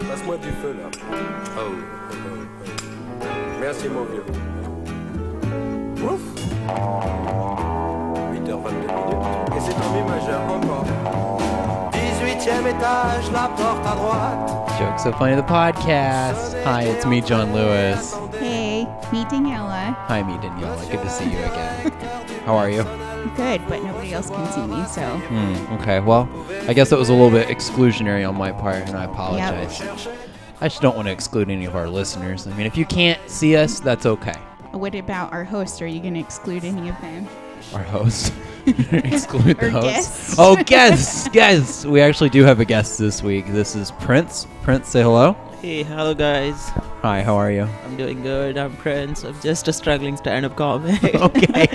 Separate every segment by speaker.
Speaker 1: Passe-moi du feu là. Ah oui. ah oui, ah oui. Merci mon vieux. Ouf 8h22 minutes. Et c'est en mi majeur encore.
Speaker 2: 18e étage, la porte à droite.
Speaker 3: Jokes Are Funny, the podcast. Hi, it's me, John Lewis.
Speaker 4: Hey, meeting Ella.
Speaker 3: Hi, me, Daniela. Good to see you again. How are you?
Speaker 4: Good, but nobody else can see me, so
Speaker 3: Hmm, okay, well, I guess that was a little bit exclusionary on my part, and I apologize. I just don't want to exclude any of our listeners. I mean, if you can't see us, that's okay.
Speaker 4: what about our host? Are you going to exclude any of them?
Speaker 3: Our host. exclude the
Speaker 4: Or
Speaker 3: host.
Speaker 4: guests.
Speaker 3: Oh, guests! guests! We actually do have a guest this week. This is Prince. Prince, say hello.
Speaker 5: Hey, hello guys.
Speaker 3: Hi, how are you?
Speaker 5: I'm doing good. I'm Prince. I'm just a struggling stand-up comic.
Speaker 3: okay.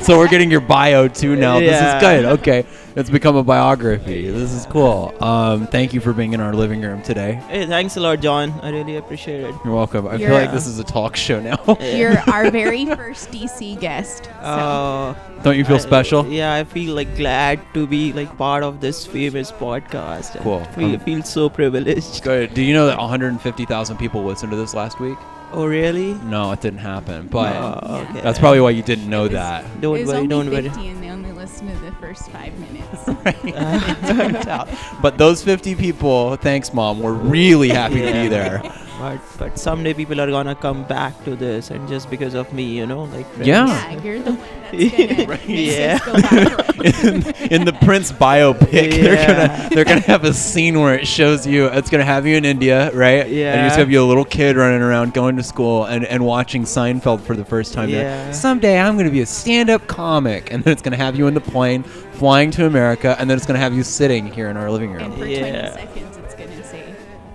Speaker 3: so we're getting your bio too now.
Speaker 5: Yeah.
Speaker 3: This is good. Okay. It's become a biography. This is cool. Um, thank you for being in our living room today.
Speaker 5: hey, thanks a lot, John. I really appreciate it.
Speaker 3: You're welcome. I feel
Speaker 4: You're-
Speaker 3: like this is a talk show now.
Speaker 5: Yeah.
Speaker 4: You're our very first DC guest. So.
Speaker 5: Uh,
Speaker 3: Don't you feel
Speaker 5: I-
Speaker 3: special?
Speaker 5: yeah, I feel like glad to be like part of this famous podcast.
Speaker 3: Cool.
Speaker 5: I feel,
Speaker 3: Um,
Speaker 5: feel so privileged.
Speaker 3: Good. Do you know that 150,000 people listened to this last week?
Speaker 5: Oh, really?
Speaker 3: No, it didn't happen. But
Speaker 5: Oh, okay.
Speaker 3: that's probably why you didn't know that.
Speaker 4: It
Speaker 5: Don't
Speaker 4: was
Speaker 5: worry.
Speaker 4: only
Speaker 5: Don't
Speaker 4: 50
Speaker 5: worry.
Speaker 4: and they only listened to the first five minutes.
Speaker 3: Turns out. But those 50 people, thanks, Mom, we're really happy to be
Speaker 5: Yeah.
Speaker 3: there.
Speaker 5: But but someday people are gonna come back to this, and just because of me, you know, like
Speaker 3: Yeah.
Speaker 4: yeah, you're the one that's going to
Speaker 5: Right.
Speaker 4: make
Speaker 5: Yeah.
Speaker 4: us go viral.
Speaker 3: in, in the Prince biopic, they're
Speaker 5: Yeah.
Speaker 3: gonna they're gonna have a scene where it shows you it's gonna have you in India, right? And you
Speaker 5: Yeah.
Speaker 3: just have you a little kid running around going to school and, and watching Seinfeld for the first time. You're like,
Speaker 5: Yeah.
Speaker 3: Someday I'm gonna be a stand up comic and then it's gonna have you in the plane flying to America and then it's gonna have you sitting here in our living room.
Speaker 4: And for
Speaker 5: Yeah.
Speaker 4: 20 seconds, it's going to say,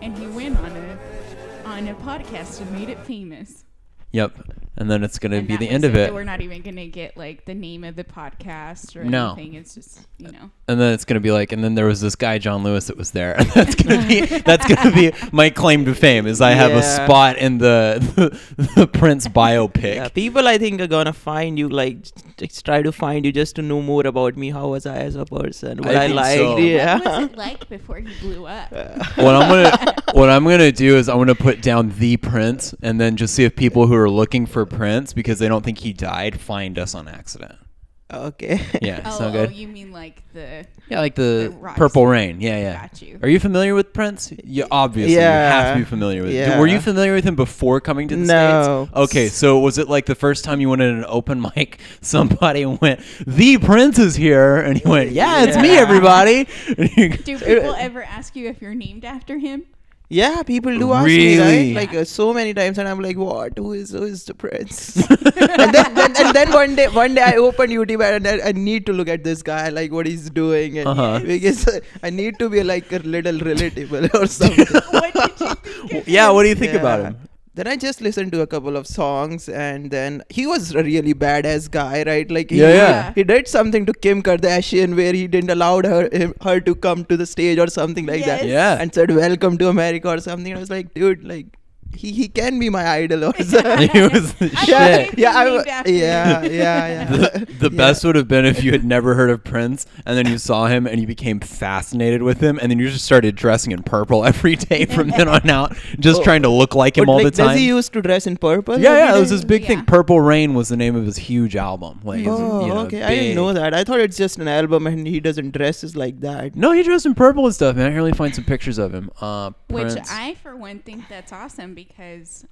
Speaker 4: and he went on a, on a podcast and made it famous.
Speaker 3: yep. And then it's gonna
Speaker 4: And
Speaker 3: be
Speaker 4: that
Speaker 3: the
Speaker 4: was
Speaker 3: end of it.
Speaker 4: We're not even going to get like the name of the podcast or
Speaker 3: No.
Speaker 4: anything. It's just, you know.
Speaker 3: and then it's gonna be like, and then there was this guy John Lewis that was there, and that's gonna be that's gonna be my claim to fame is I have a
Speaker 5: Yeah.
Speaker 3: spot in the the, Prince biopic.
Speaker 5: Yeah, people I think are gonna find you like just try to find you just to know more about me. How was I as a person? What
Speaker 3: I
Speaker 5: I,
Speaker 3: think
Speaker 5: liked.
Speaker 3: so.
Speaker 5: Yeah.
Speaker 4: What was it like before he blew up?
Speaker 5: Uh,
Speaker 3: What I'm gonna what I'm gonna do is I'm gonna put down the Prince, and then just see if people who are looking for Prince because they don't think he died find us on accident.
Speaker 5: Okay.
Speaker 3: Yeah,
Speaker 4: oh,
Speaker 3: sound
Speaker 4: oh,
Speaker 3: good?
Speaker 4: you mean like the
Speaker 3: yeah, like the,
Speaker 4: the rock
Speaker 3: Purple
Speaker 4: song.
Speaker 3: Rain. Yeah, yeah.
Speaker 4: Got you.
Speaker 3: Are you familiar with Prince? You obviously you have
Speaker 5: Yeah.
Speaker 3: to be familiar with.
Speaker 5: Yeah.
Speaker 3: Were you familiar with him before coming to the
Speaker 5: No.
Speaker 3: states? Okay, so was it like the first time you went in an open mic? Somebody went, "The Prince is here," and he went, "Yeah, it's me,
Speaker 5: Yeah.
Speaker 3: everybody." And you-
Speaker 4: Do people ever ask you if you're named after him?
Speaker 5: Yeah, people do ask
Speaker 3: Really?
Speaker 5: me, right? Like uh, so many times, and I'm like, "What? Who is who is the prince?" and, then, then, and then one day, one day, I open YouTube and I, I need to look at this guy, like what he's doing, and
Speaker 3: Uh-huh.
Speaker 5: because uh, I need to be like a little relatable or something.
Speaker 4: What did you think? of
Speaker 3: yeah,
Speaker 4: him?
Speaker 3: what do you think about
Speaker 5: Yeah.
Speaker 3: him?
Speaker 5: Then I just listened to a couple of songs, and then he was a really badass guy, right? Like he,
Speaker 3: Yeah,
Speaker 4: yeah.
Speaker 5: he did something to Kim Kardashian where he didn't allow her him, her to come to the stage or something like that,
Speaker 4: Yes.
Speaker 3: Yeah.
Speaker 5: and said "Welcome to America" or something. I was like, dude, like he, he can be my idol or something.
Speaker 3: he was the
Speaker 4: I
Speaker 3: shit.
Speaker 4: believe-
Speaker 5: yeah, I
Speaker 4: Named
Speaker 5: w-
Speaker 4: after
Speaker 5: yeah, yeah, yeah.
Speaker 3: the, the
Speaker 5: Yeah.
Speaker 3: best would have been if you had never heard of Prince and then you saw him and you became fascinated with him and then you just started dressing in purple every day from then on out, just
Speaker 5: Oh.
Speaker 3: trying to look like him
Speaker 5: But,
Speaker 3: all
Speaker 5: like,
Speaker 3: the time.
Speaker 5: Does he used to dress in purple?
Speaker 3: yeah, yeah, it
Speaker 5: every
Speaker 3: was
Speaker 5: day?
Speaker 3: his big thing.
Speaker 4: Yeah.
Speaker 3: Purple Rain was the name of his huge album. Like, it was,
Speaker 5: Oh,
Speaker 3: you know,
Speaker 5: okay. I didn't
Speaker 3: big.
Speaker 5: know that. I thought it's just an album, and he doesn't dress like that.
Speaker 3: No, he dressed in purple and stuff, man. I can only find some pictures of him. Uh,
Speaker 4: Which
Speaker 3: Prince.
Speaker 4: I, for one, think that's awesome because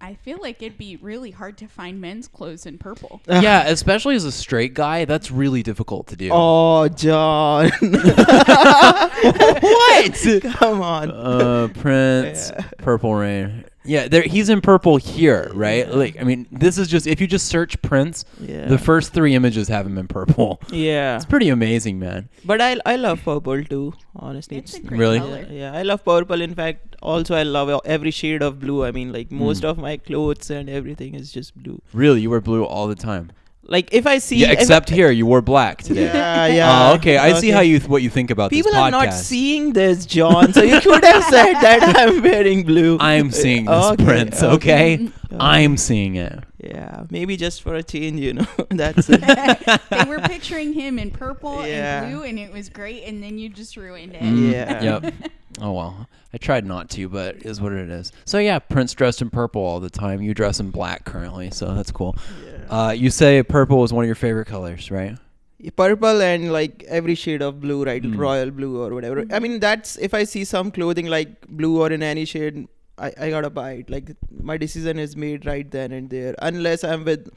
Speaker 4: I feel like it'd be really hard to find men's clothes in purple.
Speaker 3: yeah, especially as a straight guy, that's really difficult to do.
Speaker 5: Oh, John.
Speaker 3: what?
Speaker 5: Come on.
Speaker 3: uh, Prince, Purple Rain. Yeah, there he's in purple here, right? Like, I mean, this is just if you just search Prince,
Speaker 5: Yeah.
Speaker 3: the first three images have him in purple.
Speaker 5: yeah.
Speaker 3: It's pretty amazing, man.
Speaker 5: But I I love purple too, honestly.
Speaker 4: It's a
Speaker 5: It's-
Speaker 4: great
Speaker 3: Really?
Speaker 4: color.
Speaker 5: yeah, yeah, I love purple. In fact, also I love uh, every shade of blue. I mean,
Speaker 3: Hmm.
Speaker 5: like most of my clothes and everything is just blue.
Speaker 3: Really, you wear blue all the time.
Speaker 5: Like if I see,
Speaker 3: yeah,
Speaker 5: if-
Speaker 3: except here, you wore black today.
Speaker 5: yeah, yeah.
Speaker 3: Oh, okay. I see how you th- what you think about
Speaker 5: People
Speaker 3: this podcast.
Speaker 5: are not seeing this, John. So you could have said that I'm wearing blue.
Speaker 3: I'm seeing this
Speaker 5: Okay, Mm-hmm.
Speaker 3: Prince, okay? I'm seeing it.
Speaker 5: Yeah, maybe just for a change, you know. That's it.
Speaker 4: they were picturing him in purple
Speaker 3: Mm,
Speaker 5: Yeah.
Speaker 4: and blue, and it was great, and then you just ruined it.
Speaker 5: Yeah.
Speaker 3: Mm-hmm. Yep. Oh well, I tried not to, but it is what it is. So yeah, Prince dressed in purple all the time. You dress in black currently, so that's cool. Uh, you say purple is one of your favorite colors, right?
Speaker 5: purple and like every shade of blue right royal blue or whatever i mean that's if i see some clothing like blue or in any shade I, I gotta buy it like my decision is made right then and there unless i'm with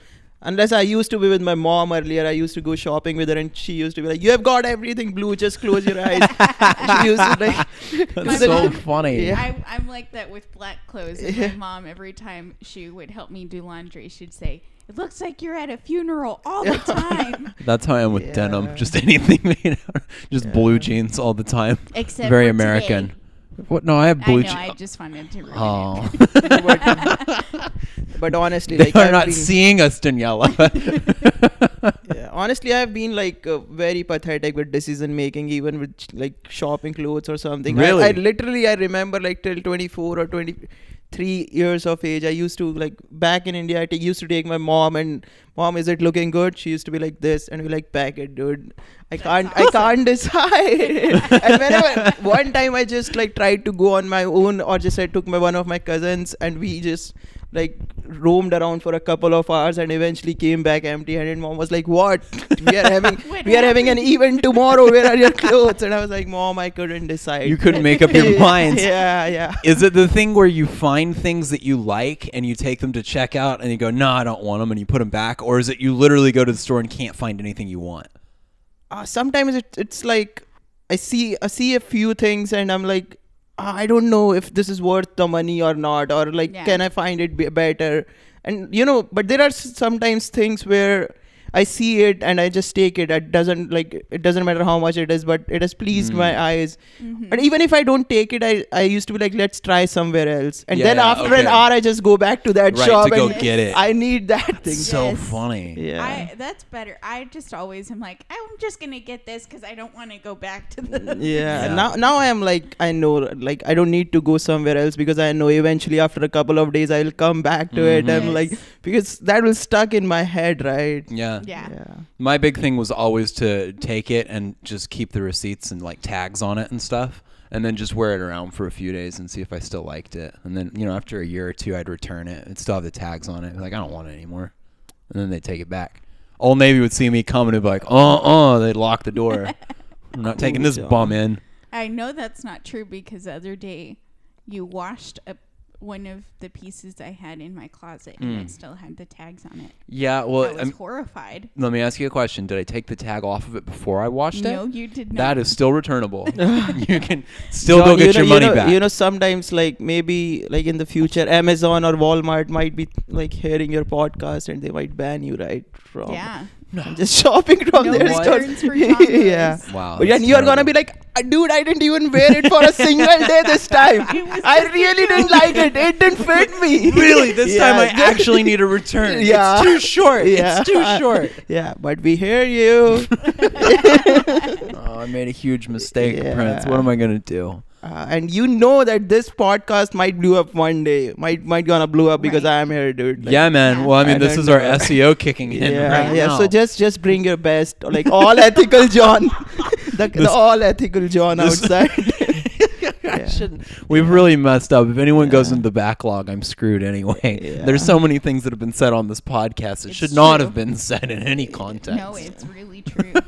Speaker 5: unless i used to be with my mom earlier i used to go shopping with her and she used to be like you have got everything blue just close your eyes she used to like
Speaker 3: That's
Speaker 4: My
Speaker 3: so
Speaker 4: mom-
Speaker 3: funny.
Speaker 5: Yeah.
Speaker 4: I, I'm like that with black clothes. And
Speaker 5: Yeah.
Speaker 4: my mom, every time she would help me do laundry, she'd say, "It looks like you're at a funeral all the time."
Speaker 3: That's how I am with denim.
Speaker 5: Yeah.
Speaker 3: Just anything made out, of- just blue jeans all the time.
Speaker 4: Except
Speaker 3: very
Speaker 4: for
Speaker 3: American.
Speaker 4: today.
Speaker 3: What? No, I have blue
Speaker 4: I know.
Speaker 3: jeans.
Speaker 4: I just wanted to. Ruin
Speaker 3: Oh.
Speaker 4: It.
Speaker 5: but honestly
Speaker 3: they
Speaker 5: like
Speaker 3: are
Speaker 5: I've
Speaker 3: not
Speaker 5: been-
Speaker 3: seeing us, Daniela.
Speaker 5: yeah, honestly i've been like uh, very pathetic with decision making even with sh- like shopping clothes or something I-
Speaker 3: Really?
Speaker 5: I, literally i remember like till 24 or 23 years of age i used to like back in india I ta- used to take my mom and mom is it looking good she used to be like this and we like pack it dude i can't i can't decide and whenever one time i just like tried to go on my own or just i took my one of my cousins and we just like roamed around for a couple of hours and eventually came back empty handed mom was like what we are having
Speaker 4: What
Speaker 5: we are having an event tomorrow where are your clothes and i was like mom i couldn't decide
Speaker 3: you couldn't make up your mind.
Speaker 5: yeah yeah
Speaker 3: Is it the thing where you find things that you like and you take them to check out and you go, no, I don't want them, and you put them back? Or is it you literally go to the store and can't find anything you want?
Speaker 5: uh, sometimes it, it's like I see I see a few things and I'm like "Ah, I don't know if this is worth the money or not or like
Speaker 4: Yeah.
Speaker 5: can I find it be better and you know but there are s- sometimes things where I see it and I just take it it doesn't like it doesn't matter how much it is but it has pleased
Speaker 3: Hmm.
Speaker 5: my eyes
Speaker 4: Mm-hmm.
Speaker 5: and even if I don't take it I, I used to be like let's try somewhere else and then
Speaker 3: Yeah,
Speaker 5: after an
Speaker 3: okay.
Speaker 5: hour I just go back to that
Speaker 3: Right,
Speaker 5: shop
Speaker 3: to go
Speaker 5: and
Speaker 3: get it.
Speaker 5: I need that thing
Speaker 3: so
Speaker 4: Yes.
Speaker 3: funny.
Speaker 5: yeah
Speaker 4: I, that's better. I just always am like, I'm just gonna get this because I don't want to go back to the.
Speaker 5: yeah.
Speaker 3: Yeah.
Speaker 5: now now i am like i know like i don't need to go somewhere else because i know eventually after a couple of days i'll come back to it i'm
Speaker 4: Yes.
Speaker 5: like because that will stuck in my head right
Speaker 3: Yeah.
Speaker 4: Yeah.
Speaker 3: My big thing was always to take it and just keep the receipts and like tags on it and stuff. And then just wear it around for a few days and see if I still liked it. And then, you know, after a year or two, I'd return it and still have the tags on it. Like, I don't want it anymore. And then they'd take it back. Old Navy would see me coming and be like, uh uh, they'd lock the door. I'm not taking this bum in.
Speaker 4: I know that's not true because the other day you washed up one of the pieces I had in my closet and
Speaker 3: Mm.
Speaker 4: it still had the tags on it.
Speaker 3: Yeah,
Speaker 4: I
Speaker 3: well,
Speaker 4: was
Speaker 3: I'm-
Speaker 4: horrified.
Speaker 3: let me ask you a question. Did I take the tag off of it before I washed it?
Speaker 4: No, you did not.
Speaker 3: That is still returnable. you can still go
Speaker 5: John,
Speaker 3: get
Speaker 5: you know,
Speaker 3: your money
Speaker 5: you know,
Speaker 3: back.
Speaker 5: you know sometimes like maybe like in the future amazon or walmart might be like hearing your podcast and they might ban you right from
Speaker 4: yeah.
Speaker 5: from just shopping from
Speaker 4: No
Speaker 5: their
Speaker 3: What?
Speaker 5: stores
Speaker 4: returns for tacos.
Speaker 5: yeah
Speaker 3: wow.
Speaker 5: But yeah,
Speaker 3: that's
Speaker 5: you're gonna
Speaker 3: terrible.
Speaker 5: be like, "Uh, dude, I didn't even wear it for a single day this time. I really didn't like it. It didn't fit me.
Speaker 3: really this time i
Speaker 5: Yeah.
Speaker 3: actually need a return
Speaker 5: Yeah.
Speaker 3: it's too short
Speaker 5: Yeah.
Speaker 3: it's too short
Speaker 5: yeah, but we hear you.
Speaker 3: oh, i made a huge mistake
Speaker 5: Yeah.
Speaker 3: prince what am i gonna do
Speaker 5: Uh, and you know that this podcast might blow up one day. Might might gonna blow up because
Speaker 4: Right.
Speaker 5: I am here, dude. Like,
Speaker 3: yeah man
Speaker 4: Yeah.
Speaker 3: well i
Speaker 5: I
Speaker 3: mean this
Speaker 5: don't
Speaker 3: is our
Speaker 5: know.
Speaker 3: seo kicking in
Speaker 5: Yeah,
Speaker 3: right
Speaker 5: yeah.
Speaker 3: now.
Speaker 5: So just just bring your best, like all ethical John, the, the
Speaker 3: This-
Speaker 5: all ethical John
Speaker 3: this-
Speaker 5: outside.
Speaker 3: I shouldn't- We've really messed up. If anyone goes
Speaker 5: Yeah.
Speaker 3: into the backlog, I'm screwed anyway.
Speaker 5: Yeah.
Speaker 3: There's so many things that have been said on this podcast that
Speaker 4: It's
Speaker 3: should not
Speaker 4: true.
Speaker 3: have been said in any context.
Speaker 4: No, it's really true.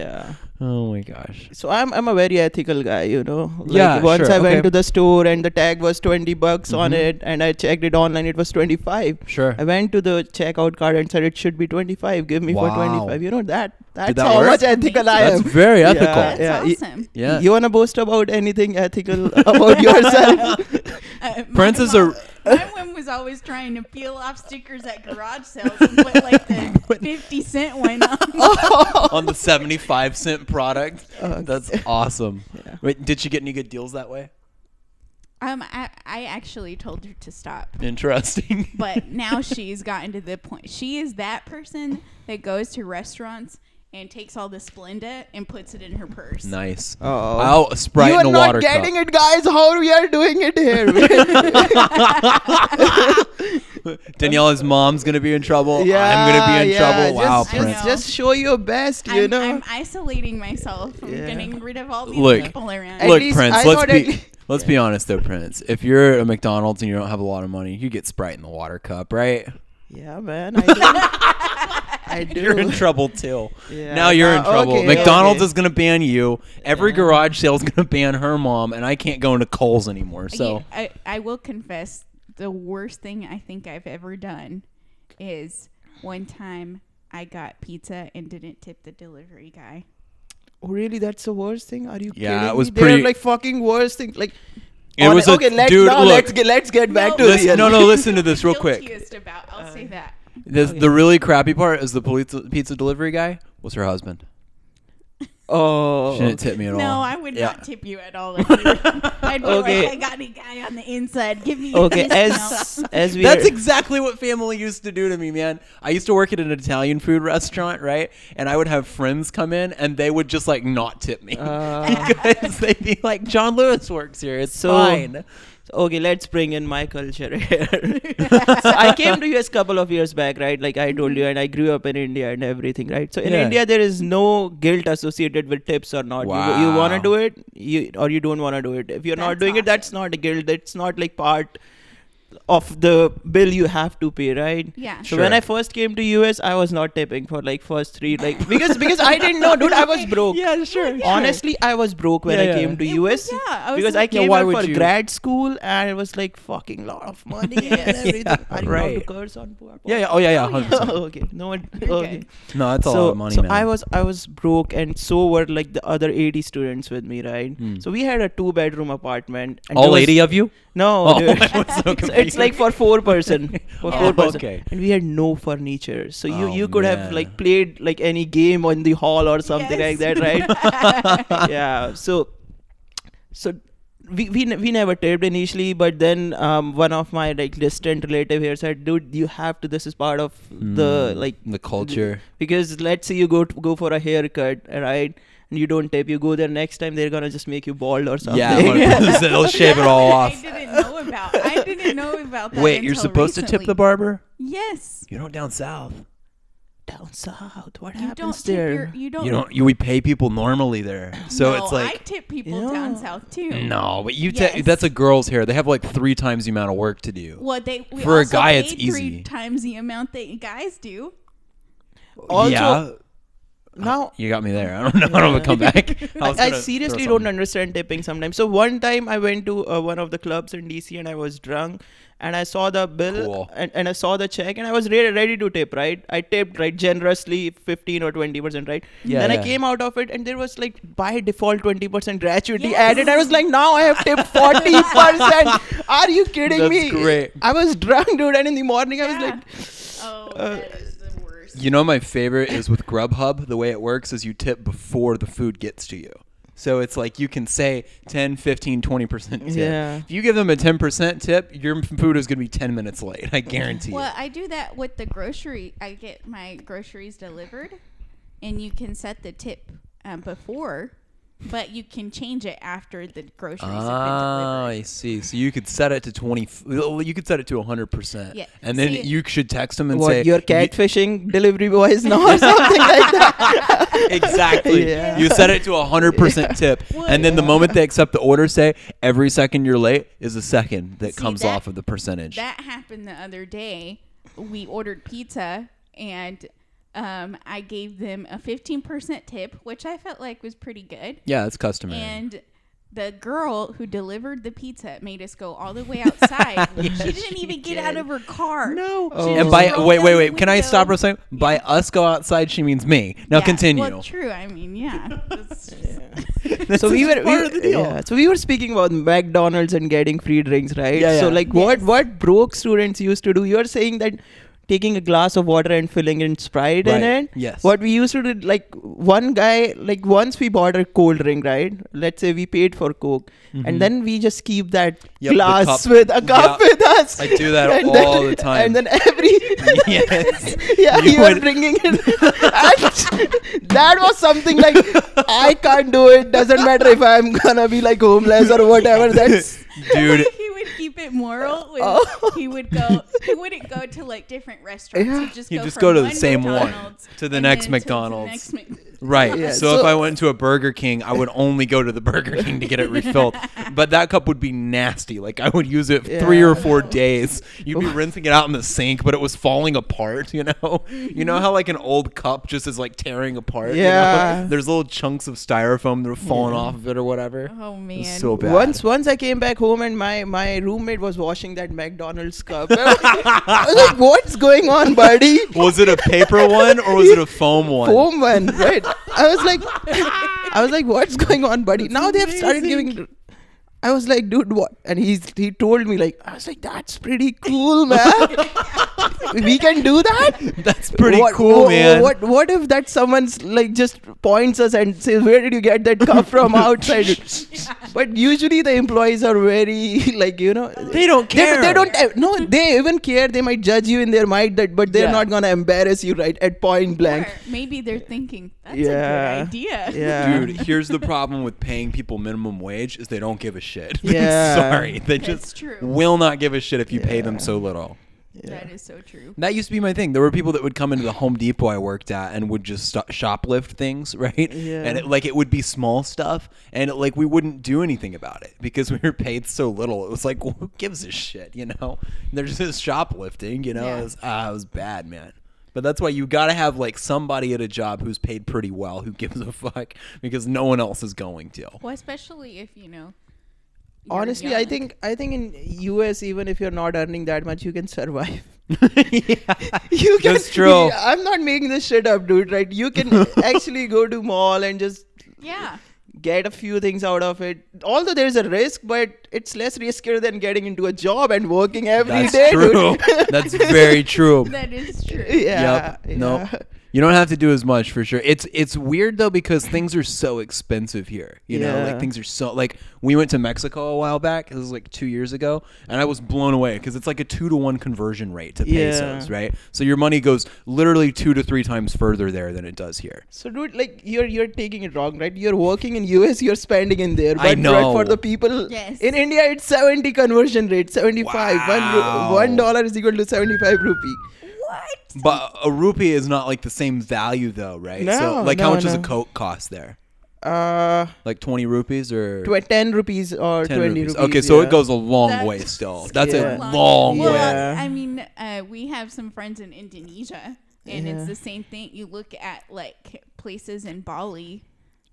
Speaker 5: yeah.
Speaker 3: oh my gosh.
Speaker 5: So I'm I'm a very ethical guy, you know. Like
Speaker 3: Yeah,
Speaker 5: once
Speaker 3: sure,
Speaker 5: I
Speaker 3: okay.
Speaker 5: went
Speaker 3: Mm-hmm.
Speaker 5: to the store and the tag was 20 bucks on it and I checked it online it was 25.
Speaker 3: Sure.
Speaker 5: I went to the checkout card and said it should be 25. Give me
Speaker 3: Wow.
Speaker 5: for 25. You know that that's
Speaker 3: that
Speaker 5: how
Speaker 3: work?
Speaker 5: much ethical I
Speaker 3: That's
Speaker 5: am.
Speaker 3: very
Speaker 5: Yeah,
Speaker 3: ethical.
Speaker 4: That's
Speaker 5: yeah, y-
Speaker 4: awesome.
Speaker 3: Yeah.
Speaker 5: You want to boast about anything ethical about yourself?
Speaker 4: Uh, my
Speaker 3: Prince is a-
Speaker 4: mom- My mom was always trying to peel off stickers at garage sales and put like the 50 cent one on.
Speaker 3: Oh. on the 75 cent product.
Speaker 5: Oh, Okay.
Speaker 3: That's awesome. Wait, did she get any good deals that way?
Speaker 4: Um, I, I actually told her to stop.
Speaker 3: Interesting.
Speaker 4: but now she's gotten to the point. She is that person that goes to restaurants and takes all the Splenda and puts it in her purse.
Speaker 3: Nice.
Speaker 5: Oh.
Speaker 3: Wow, a Sprite
Speaker 5: you
Speaker 3: in
Speaker 5: are
Speaker 3: a
Speaker 5: not
Speaker 3: water cup.
Speaker 5: getting it, guys. How we are doing it here?
Speaker 3: Daniela's mom's gonna be in trouble.
Speaker 5: yeah,
Speaker 3: I'm gonna be in
Speaker 5: yeah.
Speaker 3: trouble. wow,
Speaker 5: Just,
Speaker 3: Prince.
Speaker 5: just, just show your best,
Speaker 4: I'm,
Speaker 5: you know.
Speaker 4: I'm isolating myself from
Speaker 5: Yeah.
Speaker 4: getting rid of all these
Speaker 3: Look.
Speaker 4: people around.
Speaker 5: At
Speaker 3: Look,
Speaker 5: least
Speaker 3: Prince,
Speaker 5: I
Speaker 3: let's
Speaker 5: thought
Speaker 3: be
Speaker 5: at lea-
Speaker 3: Let's be honest though, Prince. If you're a McDonald's and you don't have a lot of money, you get Sprite in the water cup, right?
Speaker 5: Yeah, man. I do. I do.
Speaker 3: You're in trouble, Till.
Speaker 5: Yeah.
Speaker 3: Now you're in
Speaker 5: Uh,
Speaker 3: trouble.
Speaker 5: okay,
Speaker 3: McDonald's
Speaker 5: okay.
Speaker 3: is gonna ban you. Every
Speaker 5: Yeah.
Speaker 3: garage sale's gonna ban her mom, and I can't go into Coles anymore.
Speaker 5: Uh,
Speaker 3: So
Speaker 4: Yeah, I, I will confess the worst thing I think I've ever done is one time I got pizza and didn't tip the delivery guy.
Speaker 5: Oh, really? That's the worst thing? Are you
Speaker 3: Yeah,
Speaker 5: kidding
Speaker 3: it was
Speaker 5: me? They're,
Speaker 3: pretty-
Speaker 5: like fucking worst thing. Like
Speaker 3: It was a-
Speaker 5: okay. Let's
Speaker 3: dude,
Speaker 5: now
Speaker 3: look.
Speaker 5: let's get let's get back to
Speaker 3: Listen-
Speaker 5: the
Speaker 3: no, no, listen to this real quick.
Speaker 4: Guiltiest about, I'll say that.
Speaker 3: The, the really crappy part is the poli- pizza delivery guy was her husband.
Speaker 5: Oh,
Speaker 3: She didn't tip me at all.
Speaker 4: No, I would
Speaker 3: Yeah.
Speaker 4: not tip you at all. If you I'd be
Speaker 5: Okay.
Speaker 4: like, I got a guy on the inside. Give me your
Speaker 5: okay.
Speaker 4: discount."
Speaker 5: As as we
Speaker 3: Oh. That's
Speaker 5: are-
Speaker 3: exactly what family used to do to me, man. I used to work at an Italian food restaurant, right? And I would have friends come in and they would just like not tip me.
Speaker 5: Uh.
Speaker 3: because they'd be like, John Lewis works here. It's
Speaker 5: So-
Speaker 3: fine.
Speaker 5: okay let's bring in my culture here so i came to us couple of years back right like i told you and i grew up in india and everything right so in
Speaker 3: Mm-hmm. Yeah.
Speaker 5: india there is no guilt associated with tips or not you, you want to
Speaker 3: Wow.
Speaker 5: do it you or you don't want to do it if you're not
Speaker 4: That's
Speaker 5: doing it that's not a guilt that's not like part of the bill you have to pay right
Speaker 4: Yeah.
Speaker 5: so when
Speaker 3: Sure.
Speaker 5: i first came to us i was not tipping for like first three like because because i didn't know dude i was broke
Speaker 3: Yeah, sure.
Speaker 5: honestly i was broke when
Speaker 3: Yeah,
Speaker 5: i
Speaker 3: yeah.
Speaker 5: came to
Speaker 4: It was-
Speaker 5: us
Speaker 4: yeah, I was
Speaker 5: because i
Speaker 4: like-
Speaker 3: Yeah,
Speaker 5: came
Speaker 3: why
Speaker 5: out
Speaker 3: would
Speaker 5: for
Speaker 3: you?
Speaker 5: grad school and it was like fucking lot of money and everything i didn't know how
Speaker 3: right.
Speaker 5: to curse on poor
Speaker 3: Yeah, yeah. Oh, yeah, yeah.
Speaker 4: Oh, yeah.
Speaker 3: 100%.
Speaker 5: okay no one
Speaker 4: You're
Speaker 5: okay
Speaker 4: good.
Speaker 3: No, that's a
Speaker 5: so,
Speaker 3: lot of money,
Speaker 5: so
Speaker 3: man.
Speaker 5: i was i was broke and so were like the other 80 students with me right
Speaker 3: Hmm.
Speaker 5: so we had a two bedroom apartment and there
Speaker 3: All
Speaker 5: was-
Speaker 3: 80 of you?
Speaker 5: no
Speaker 3: Oh,
Speaker 5: dude.
Speaker 3: I was so
Speaker 5: It's- it's
Speaker 3: confused.
Speaker 5: like for four person for
Speaker 3: Oh,
Speaker 5: four person
Speaker 3: okay.
Speaker 5: and we had no furniture so you
Speaker 3: Oh,
Speaker 5: you could have
Speaker 3: man.
Speaker 5: like played like any game on the hall or something like
Speaker 4: Yes.
Speaker 5: that right yeah so so we, we, ne- we never taped initially but then um, one of my like distant relative here said dude you have to this is part of the
Speaker 3: Mm,
Speaker 5: like
Speaker 3: the culture.
Speaker 5: because let's say you go to, go for a haircut right and you don't tape you go there next time they're gonna just make you bald or something
Speaker 3: Yeah, 100%. they'll shave it all
Speaker 4: I
Speaker 3: off.
Speaker 4: didn't know about. I didn't know about that.
Speaker 3: Wait, you're
Speaker 4: until
Speaker 3: supposed to tip
Speaker 4: recently.
Speaker 3: the barber?
Speaker 4: Yes.
Speaker 3: You don't down south.
Speaker 5: down south what
Speaker 4: You don't
Speaker 5: happens
Speaker 4: tip
Speaker 5: there
Speaker 4: your, you don't
Speaker 3: You don't. You, we pay people normally there, so
Speaker 4: No,
Speaker 3: it's
Speaker 4: I
Speaker 3: like
Speaker 4: tip people
Speaker 5: Yeah.
Speaker 4: down south too.
Speaker 5: Mm.
Speaker 3: no. But you, ta-
Speaker 4: Yes.
Speaker 3: that's a girl's hair. They have like three times the amount of work to do.
Speaker 4: Well, they we
Speaker 3: For a
Speaker 4: also
Speaker 3: guy, it's
Speaker 4: paid
Speaker 3: easy.
Speaker 4: Three times the amount that guys do.
Speaker 5: also
Speaker 3: yeah,
Speaker 5: now
Speaker 3: you got me there. I don't know. I don't know come back. I, was
Speaker 5: I
Speaker 3: gonna
Speaker 5: seriously
Speaker 3: throw
Speaker 5: don't
Speaker 3: something.
Speaker 5: understand tipping sometimes. So one time I went to uh, one of the clubs in DC and I was drunk and I saw the bill
Speaker 3: Cool.
Speaker 5: and, and I saw the check and I was ready, ready to tip, right? I tipped right generously 15 or 20%, right?
Speaker 3: Yeah,
Speaker 5: then I
Speaker 3: yeah.
Speaker 5: came out of it and there was like by default 20% gratuity
Speaker 4: Yes.
Speaker 5: added. I was like, now I have tipped 40%. Are you kidding
Speaker 3: That's
Speaker 5: me?
Speaker 3: great.
Speaker 5: I was drunk, dude, and in the morning I was
Speaker 4: Yeah.
Speaker 5: like, uh,
Speaker 4: Oh, that is the worst.
Speaker 3: You know, my favorite is with Grubhub. The way it works is you tip before the food gets to you. So it's like you can say 10, 15, 20% tip.
Speaker 5: Yeah.
Speaker 3: If you give them a 10% tip, your food is going to be 10 minutes late. I guarantee
Speaker 4: Well, I do that with the grocery. I get my groceries delivered, and you can set the tip um, before, but you can change it after the groceries
Speaker 3: you.
Speaker 4: have
Speaker 3: Ah,
Speaker 4: been delivered.
Speaker 3: I see. So you could set it to 20, well, you could set it to 100%.
Speaker 4: Yeah.
Speaker 3: And then
Speaker 4: See-
Speaker 3: you should text them and
Speaker 5: what,
Speaker 3: say,
Speaker 5: you're
Speaker 3: "You-
Speaker 5: catfishing delivery boys now or something like that.
Speaker 3: exactly.
Speaker 5: Yeah.
Speaker 3: You set it to 100% tip.
Speaker 4: Well,
Speaker 3: and then the moment they accept the order, say, every second you're late is a second that
Speaker 4: See,
Speaker 3: comes
Speaker 4: that-
Speaker 3: off of the percentage.
Speaker 4: That happened the other day. We ordered pizza, and um, I gave them a fifteen percent tip, which I felt like was pretty good.
Speaker 3: yeah, that's customary.
Speaker 4: And the girl who delivered the pizza made us go all the way outside. she didn't even get out of her car. No.
Speaker 3: And by wait, wait, wait. Can I stop real second? By us go outside, she means me. Now continue.
Speaker 4: Well, true. I mean, yeah. That's just-
Speaker 5: so we were, we,
Speaker 3: part of the deal.
Speaker 5: Yeah, so we were speaking about McDonald's and getting free drinks, right?
Speaker 3: Yeah,
Speaker 5: So
Speaker 3: yeah.
Speaker 5: like what what broke students used to do. You are saying that taking a glass of water and filling in Sprite in
Speaker 3: Right,
Speaker 5: it.
Speaker 3: yes.
Speaker 5: What we used to do, like one guy, like once we bought a cold drink, right? Let's say we paid for Coke, and then we just keep that
Speaker 3: Mm-hmm. Yep, the
Speaker 5: glass
Speaker 3: cup.
Speaker 5: with a cup
Speaker 3: Yeah.
Speaker 5: with us.
Speaker 3: I do that
Speaker 5: And
Speaker 3: all
Speaker 5: then-
Speaker 3: the time.
Speaker 5: And then every
Speaker 3: yes.
Speaker 5: yeah,
Speaker 3: You
Speaker 5: you were
Speaker 3: would-
Speaker 5: bringing it. And that was something like I can't do it. Doesn't matter if I'm gonna be like homeless or whatever. That's
Speaker 3: Dude,
Speaker 4: he would keep it moral. With,
Speaker 5: Oh.
Speaker 4: He would go. He wouldn't go to like different restaurants. He'd just
Speaker 3: He'd
Speaker 4: go,
Speaker 3: just
Speaker 4: from
Speaker 3: go to the
Speaker 4: one
Speaker 3: same one,
Speaker 4: McDonald's
Speaker 3: to the
Speaker 4: and
Speaker 3: next
Speaker 4: then to
Speaker 3: McDonald's.
Speaker 4: next Mc-
Speaker 3: Right.
Speaker 5: Yeah,
Speaker 3: so, if
Speaker 5: so-
Speaker 3: I went to a Burger King, I would only go to the Burger King to get it refilled. But that cup would be nasty. Like I would use it three
Speaker 5: Yeah.
Speaker 3: or four days. You'd be rinsing it out in the sink, but it was falling apart. You know. You know how like an old cup just is like tearing apart. you know?
Speaker 5: Yeah.
Speaker 3: There's little chunks of styrofoam that are falling off of it or whatever.
Speaker 4: Oh
Speaker 3: It was
Speaker 4: man.
Speaker 3: so bad.
Speaker 5: Once, once I came back home and my my roommate was washing that McDonald's cup. I was like, "What's going on, buddy?"
Speaker 3: was it a paper one or was it a foam one?
Speaker 5: Home one, right? I was like, I was like, "What's going on, buddy?" now they have started giving. I was like, "Dude, what?" And he's he told me like, I was like, "That's pretty cool, man. we can do that."
Speaker 3: That's pretty
Speaker 5: What-
Speaker 3: cool,
Speaker 5: wha-
Speaker 3: man.
Speaker 5: What what if that someone's like just points us and says, "Where did you get that cup from outside?" But usually the employees are very like you know
Speaker 3: They don't care.
Speaker 5: They, don't eh, no they even care. They might judge you in their mind that, but they're
Speaker 3: Yeah.
Speaker 5: not gonna embarrass you right at point blank.
Speaker 4: Or maybe they're thinking that's a
Speaker 5: Yeah.
Speaker 4: good idea.
Speaker 5: Yeah,
Speaker 3: Dude, here's the problem with paying people minimum wage is they don't give a shit.
Speaker 5: Yeah.
Speaker 3: Sorry. They
Speaker 4: That's
Speaker 3: just
Speaker 4: true.
Speaker 3: will not give a shit if you pay them so little.
Speaker 4: That is so true.
Speaker 3: That used to be my thing. There were people that would come into the Home Depot I worked at and would just sto shoplift things, right?
Speaker 5: Yeah.
Speaker 3: And it, like it would be small stuff, and it, like we wouldn't do anything about it because we were paid so little. It was like, well, who gives a shit, you know? They're just shoplifting, you know?
Speaker 4: Yeah.
Speaker 3: It, was, ah, it was bad, man. But that's why you got to have like somebody at a job who's paid pretty well who gives a fuck because no one else is going to.
Speaker 4: Well, especially if you know. you're
Speaker 5: honestly, I
Speaker 4: young.
Speaker 5: think I think in US even if you're not earning that much, you can survive. you can
Speaker 3: That's true.
Speaker 5: I'm not making this shit up, dude. Right? You can actually go to mall and just
Speaker 4: Yeah.
Speaker 5: get a few things out of it. Although there's a risk, but it's less riskier than getting into a job and working every day.
Speaker 3: That's true.
Speaker 5: dude.
Speaker 3: That's very true.
Speaker 4: That is true.
Speaker 5: yeah.
Speaker 3: yep. No.
Speaker 5: yeah.
Speaker 3: You don't have to do as much for sure. It's it's weird though because things are so expensive here. You know, like
Speaker 5: Yeah.
Speaker 3: things are so like we went to Mexico a while back. This was like two years ago, and I was blown away because it's like a two to one conversion rate to
Speaker 5: Yeah.
Speaker 3: pesos, right? So your money goes literally two to three times further there than it does here.
Speaker 5: So, dude, like you're you're taking it wrong, right? You're working in US, you're spending in there, but
Speaker 3: I
Speaker 5: but
Speaker 3: know.
Speaker 5: for the people
Speaker 4: Yes.
Speaker 5: in India, it's seventy conversion rate, seventy five.
Speaker 3: Wow.
Speaker 5: One ru- one dollar is equal to seventy five rupee.
Speaker 4: What?
Speaker 3: But a rupee is not like the same value though, right? so
Speaker 5: No,
Speaker 3: like how
Speaker 5: no,
Speaker 3: much does a
Speaker 5: no.
Speaker 3: coke cost there?
Speaker 5: Uh,
Speaker 3: Like twenty rupees or
Speaker 5: tw- ten rupees or
Speaker 3: 10
Speaker 5: twenty
Speaker 3: rupees?
Speaker 5: rupees.
Speaker 3: Okay, so
Speaker 5: yeah.
Speaker 3: it goes a long
Speaker 4: That's
Speaker 3: way still. That's
Speaker 5: Yeah.
Speaker 3: a long
Speaker 4: well,
Speaker 3: way.
Speaker 5: Yeah.
Speaker 4: I mean, uh, we have some friends in Indonesia, and it's
Speaker 5: Yeah.
Speaker 4: the same thing. You look at like places in Bali.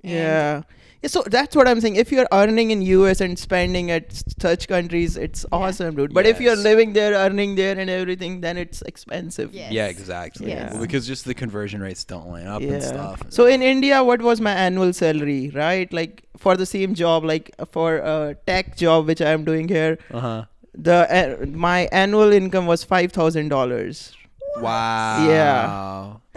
Speaker 4: and-
Speaker 5: Yeah. yeah. So that's what I'm saying. If you're earning in US and spending at s- such countries, it's awesome, dude. But if you're
Speaker 3: Yes.
Speaker 5: living there, earning there, and everything, then it's expensive.
Speaker 4: Yes.
Speaker 3: Yeah, exactly.
Speaker 4: Yes.
Speaker 3: Well, because just the conversion rates don't line up and
Speaker 5: Yeah.
Speaker 3: stuff.
Speaker 5: So in India, what was my annual salary, right? Like for the same job, like for a tech job which I am doing here,
Speaker 3: uh huh.
Speaker 4: uh-huh.
Speaker 5: the uh, my annual income was five thousand dollars.
Speaker 3: Wow.
Speaker 5: Yeah.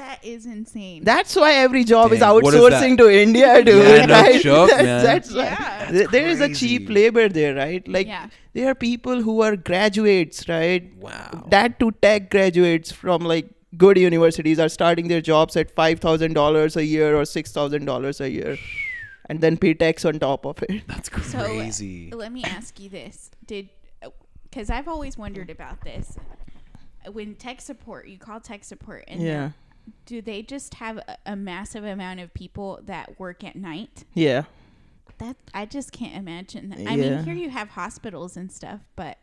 Speaker 4: That is insane.
Speaker 5: That's why every job is
Speaker 3: Dang, what is that?
Speaker 5: outsourcing to India, dude.
Speaker 3: Yeah, no
Speaker 5: right?
Speaker 3: joke,
Speaker 5: that's,
Speaker 3: man.
Speaker 5: that's why.
Speaker 4: Yeah.
Speaker 5: Th- there is a cheap
Speaker 3: crazy.
Speaker 5: labor there, right? Like
Speaker 4: Yeah.
Speaker 5: there are people who are graduates, right?
Speaker 3: Wow.
Speaker 5: That to tech graduates from like good universities are starting their jobs at five thousand dollars a year or six thousand dollars a year, and then pay tax on top of it.
Speaker 3: That's
Speaker 4: So uh,
Speaker 3: crazy.
Speaker 4: let me ask you this: Did because I've always wondered about this. When tech support, you call tech support, and
Speaker 5: Yeah.
Speaker 4: they're- do they just have a, a massive amount of people that work at night?
Speaker 5: Yeah,
Speaker 4: That I just can't imagine. that. I mean,
Speaker 5: Yeah.
Speaker 4: here you have hospitals and stuff, but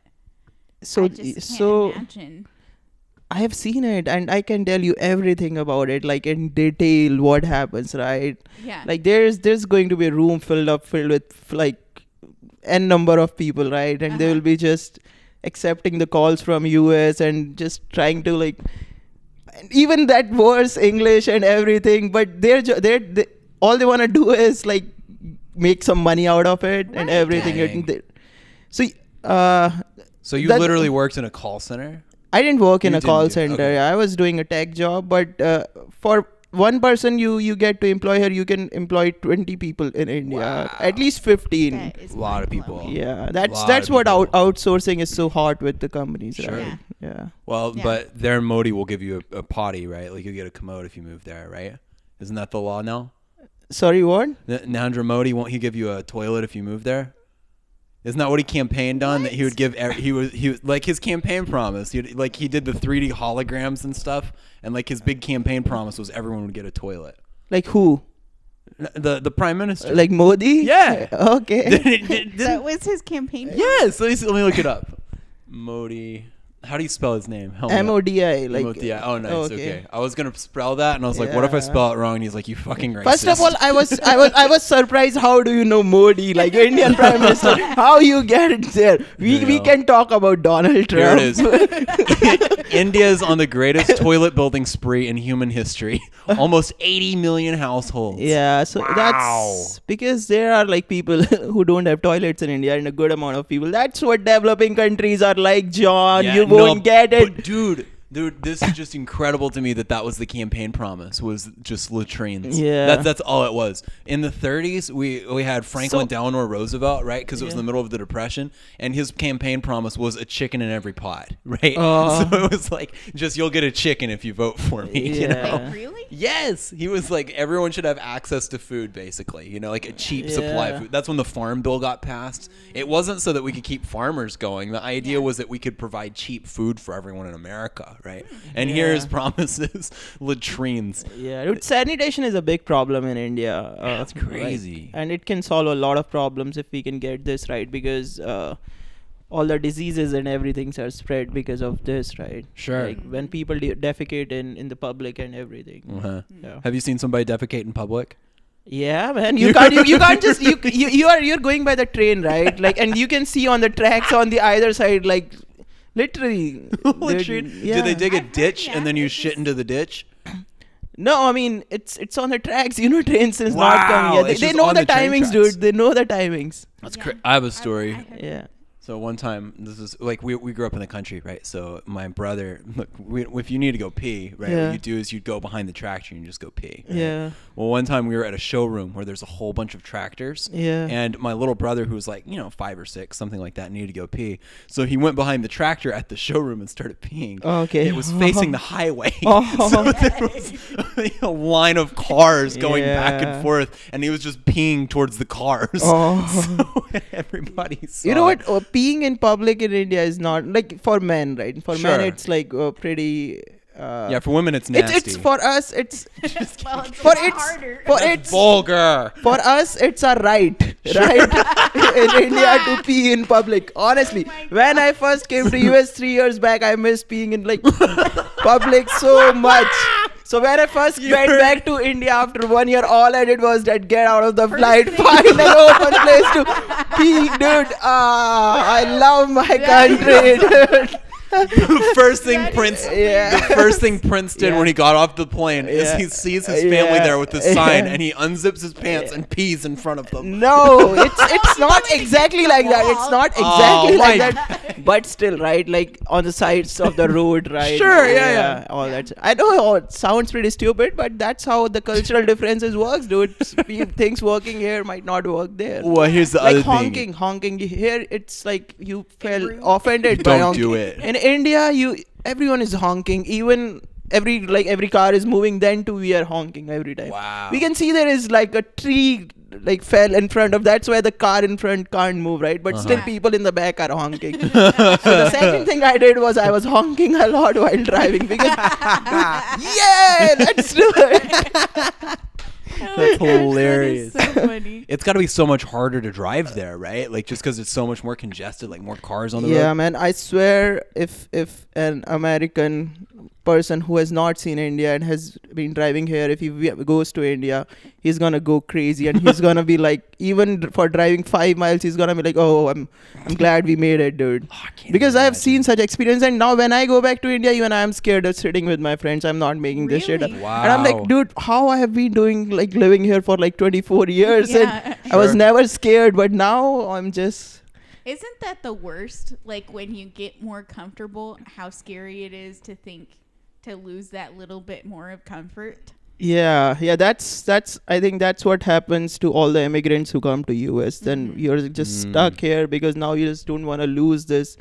Speaker 5: so
Speaker 4: I just can't
Speaker 5: so
Speaker 4: imagine.
Speaker 5: I have seen it, and I can tell you everything about it, like in detail what happens, right?
Speaker 4: Yeah.
Speaker 5: Like there's there's going to be a room filled up filled with like n number of people, right? And they
Speaker 4: Uh-huh.
Speaker 5: will be just accepting the calls from US and just trying to like and even that worse English and everything, but they're jo- they're they, all they want to do is like make some money out of it and
Speaker 4: Right.
Speaker 5: everything.
Speaker 3: Dang.
Speaker 5: And they, so uh,
Speaker 3: So you
Speaker 5: that-
Speaker 3: literally worked in a call center?
Speaker 5: I didn't work in
Speaker 3: You
Speaker 5: a call
Speaker 3: didn't do-
Speaker 5: center.
Speaker 3: okay.
Speaker 5: I was doing a tech job, but uh, for one person you you get to employ her, you can employ 20 people in India, at least 15.
Speaker 4: That is
Speaker 3: A lot of
Speaker 4: mind-blowing.
Speaker 3: people.
Speaker 5: yeah,
Speaker 3: Lot
Speaker 5: that's
Speaker 3: of
Speaker 5: that's what
Speaker 3: people.
Speaker 5: out, outsourcing is so hard with the companies,
Speaker 3: Sure.
Speaker 5: right? Yeah.
Speaker 3: Well,
Speaker 4: Yeah.
Speaker 3: but their Modi will give you a, a potty, right? Like you get a commode if you move there, right? Isn't that the law now?
Speaker 5: Sorry, what?
Speaker 3: N- Narendra Modi won't he give you a toilet if you move there? Isn't that what he campaigned on? That he would give ev- he was he was like his campaign promise. He, like he did the 3D holograms and stuff, and like his big campaign promise was everyone would get a toilet.
Speaker 5: Like who?
Speaker 3: the the prime minister.
Speaker 5: Like Modi?
Speaker 3: Yeah.
Speaker 5: Okay.
Speaker 4: that was his campaign.
Speaker 3: yes. Let me, see- let me look it up. Modi. How do you spell his name? Help me out.
Speaker 5: M O D I. Like.
Speaker 3: Modi. Oh, nice. Okay. I was gonna spell that, and I was like, "What if I
Speaker 5: Yeah.
Speaker 3: spell it wrong?" And he's like, "You fucking racist."
Speaker 5: First of all, I was I was I was surprised. How do you know Modi, like Indian Prime Minister? How you get it there? We
Speaker 3: There you
Speaker 5: we
Speaker 3: go.
Speaker 5: can talk about Donald
Speaker 3: Here
Speaker 5: Trump.
Speaker 3: it is. India is on the greatest toilet building spree in human history. Almost 80 million households.
Speaker 5: Yeah, so that's because there are like people who don't have toilets in India, and a good amount of people. That's what developing countries are like, John.
Speaker 3: Yeah,
Speaker 5: you
Speaker 3: no,
Speaker 5: won't get it.
Speaker 3: but dude. Dude, this is just incredible to me that that was the campaign promise was just latrines.
Speaker 5: Yeah.
Speaker 3: that's that's all it was. In the 30s, we we had Franklin
Speaker 5: So-
Speaker 3: Delano Roosevelt, right? Because it was
Speaker 5: Yeah.
Speaker 3: in the middle of the Depression, and his campaign promise was a chicken in every pot, right?
Speaker 5: Oh.
Speaker 3: so it was like just you'll get a chicken if you vote for me. You
Speaker 5: Yeah.
Speaker 3: know?
Speaker 4: Wait, really?
Speaker 3: Yes, he was like everyone should have access to food, basically. You know, like a cheap supply of
Speaker 5: Yeah.
Speaker 3: food. That's when the farm bill got passed. It wasn't so that we could keep farmers going. The idea was that we could provide cheap food for everyone in America, right? And here is
Speaker 5: Yeah.
Speaker 3: promises, latrines.
Speaker 5: Yeah, dude, sanitation is a big problem in India. Uh,
Speaker 3: That's
Speaker 5: like,
Speaker 3: crazy.
Speaker 5: and it can solve a lot of problems if we can get this right because uh, all the diseases and everything are spread because of this, right?
Speaker 3: Sure.
Speaker 5: Like when people de- defecate in, in the public and everything.
Speaker 3: Uh-huh.
Speaker 5: Yeah.
Speaker 3: Have you seen somebody defecate in public?
Speaker 5: Yeah, man. You can't. You, you can't just. You, you you are you're going by the train, right? Like, and you can see on the tracks on the either side, like, literally.
Speaker 3: Latrine?
Speaker 5: dude,
Speaker 3: Did Oh, they
Speaker 5: yeah.
Speaker 3: dig a
Speaker 4: I've heard
Speaker 3: ditch
Speaker 4: the
Speaker 3: and then you
Speaker 4: average
Speaker 3: shit
Speaker 4: is-
Speaker 3: into the ditch?
Speaker 5: No, I mean it's it's on the tracks. You know, trains is not
Speaker 3: Wow,
Speaker 5: coming. Yeah, they,
Speaker 3: it's
Speaker 5: they
Speaker 3: just
Speaker 5: know
Speaker 3: on
Speaker 5: the,
Speaker 3: the train tracks.
Speaker 5: timings, dude. They know the timings.
Speaker 3: That's
Speaker 4: Yeah.
Speaker 3: cra I have a
Speaker 4: I've-
Speaker 3: story.
Speaker 4: I heard-
Speaker 5: Yeah.
Speaker 3: So one time, this is like we, we grew up in the country, right? So my brother, look, we, if you need to go pee, right? What
Speaker 5: Yeah.
Speaker 3: you do is you'd go behind the tractor and you just go pee. right?
Speaker 5: Yeah.
Speaker 3: Well, one time we were at a showroom where there's a whole bunch of tractors.
Speaker 5: Yeah.
Speaker 3: And my little brother, who was like, you know, five or six, something like that, needed to go pee. So he went behind the tractor at the showroom and started peeing.
Speaker 5: Oh, okay.
Speaker 3: It was facing the highway.
Speaker 5: Oh.
Speaker 3: so there was a line of cars going back and
Speaker 5: Yeah.
Speaker 3: forth, and he was just peeing towards the cars.
Speaker 5: Oh.
Speaker 3: So everybody saw
Speaker 5: You know
Speaker 3: it.
Speaker 5: what? Uh, peeing in public in India is not like for men, right? For men,
Speaker 3: Sure.
Speaker 5: it's like uh, pretty. Uh,
Speaker 3: Yeah, for women, it's
Speaker 5: it's
Speaker 3: nasty.
Speaker 5: it's for us. It's
Speaker 4: well, it's a
Speaker 5: for
Speaker 4: lot
Speaker 5: it's
Speaker 4: harder.
Speaker 5: for it's
Speaker 3: vulgar.
Speaker 5: for us it's a right right in india to pee in public honestly
Speaker 4: Oh my
Speaker 5: when i first came to us three years back i missed peeing in like public so much so when i first went back to india after one year all i did was that get out of the flight
Speaker 4: thing.
Speaker 5: find an open place to pee dude ah i love my country dude
Speaker 3: the first thing
Speaker 4: That is
Speaker 3: Prince,
Speaker 5: Yeah.
Speaker 3: the first thing Prince did
Speaker 5: Yeah.
Speaker 3: when he got off the plane is
Speaker 5: Yeah.
Speaker 3: he sees his family
Speaker 5: Yeah.
Speaker 3: there with the sign,
Speaker 5: Yeah.
Speaker 3: and he unzips his pants and pees in front of them.
Speaker 5: No, it's it's not
Speaker 4: Something
Speaker 5: exactly
Speaker 4: against
Speaker 5: like
Speaker 4: the
Speaker 5: that.
Speaker 4: wall.
Speaker 5: It's not
Speaker 3: Oh
Speaker 5: exactly like
Speaker 3: my
Speaker 5: that. But still, right? Like on the sides of the road, right?
Speaker 3: Sure, yeah, yeah.
Speaker 5: All that. I know how it sounds pretty stupid, but that's how the cultural differences works, dude. S- pe- Things working here might not work there.
Speaker 3: Well, here's the
Speaker 5: like
Speaker 3: other
Speaker 5: honking,
Speaker 3: thing.
Speaker 5: honking here, it's like you felt
Speaker 4: rude.
Speaker 5: offended
Speaker 3: You
Speaker 5: by
Speaker 3: don't
Speaker 5: honking.
Speaker 3: do it.
Speaker 5: In India, you everyone is honking, even. Every like every car is moving, then too we are honking every time.
Speaker 3: Wow.
Speaker 5: We can see there is like a tree like fell in front of that's why the car in front can't move, right? But still
Speaker 4: Uh-huh.
Speaker 5: people in the back are honking. so the second thing I did was I was honking a lot while driving because Yeah, let's do it.
Speaker 4: Oh my
Speaker 3: That's
Speaker 4: gosh, that is
Speaker 3: hilarious.
Speaker 4: so funny.
Speaker 3: It's got to be so much harder to drive there, right? Like just because it's so much more congested, like more cars on the
Speaker 5: yeah,
Speaker 3: road.
Speaker 5: man, I swear if if an American person who has not seen India and has been driving here, if he w- goes to India, he's gonna go crazy and he's gonna be like even for driving five miles, he's gonna be like, Oh, I'm I'm glad we made it, dude.
Speaker 3: Oh, I can't
Speaker 5: because
Speaker 3: even
Speaker 5: I have
Speaker 3: imagine.
Speaker 5: seen such experience, and now when I go back to India, even I am scared of sitting with my friends. I'm not making this shit up.
Speaker 4: Really?
Speaker 3: Wow.
Speaker 5: And I'm like, dude, how I have been doing like living here for like 24 years,
Speaker 4: Yeah.
Speaker 5: and I was
Speaker 3: Sure.
Speaker 5: never scared, but now I'm just
Speaker 4: Isn't that the worst? Like when you get more comfortable, how scary it is to think to lose that little bit more of comfort.
Speaker 5: yeah, yeah. That's that's I think that's what happens to all the immigrants who come to US.
Speaker 4: Mm-hmm.
Speaker 5: Then you're just stuck here because now you just don't want to lose this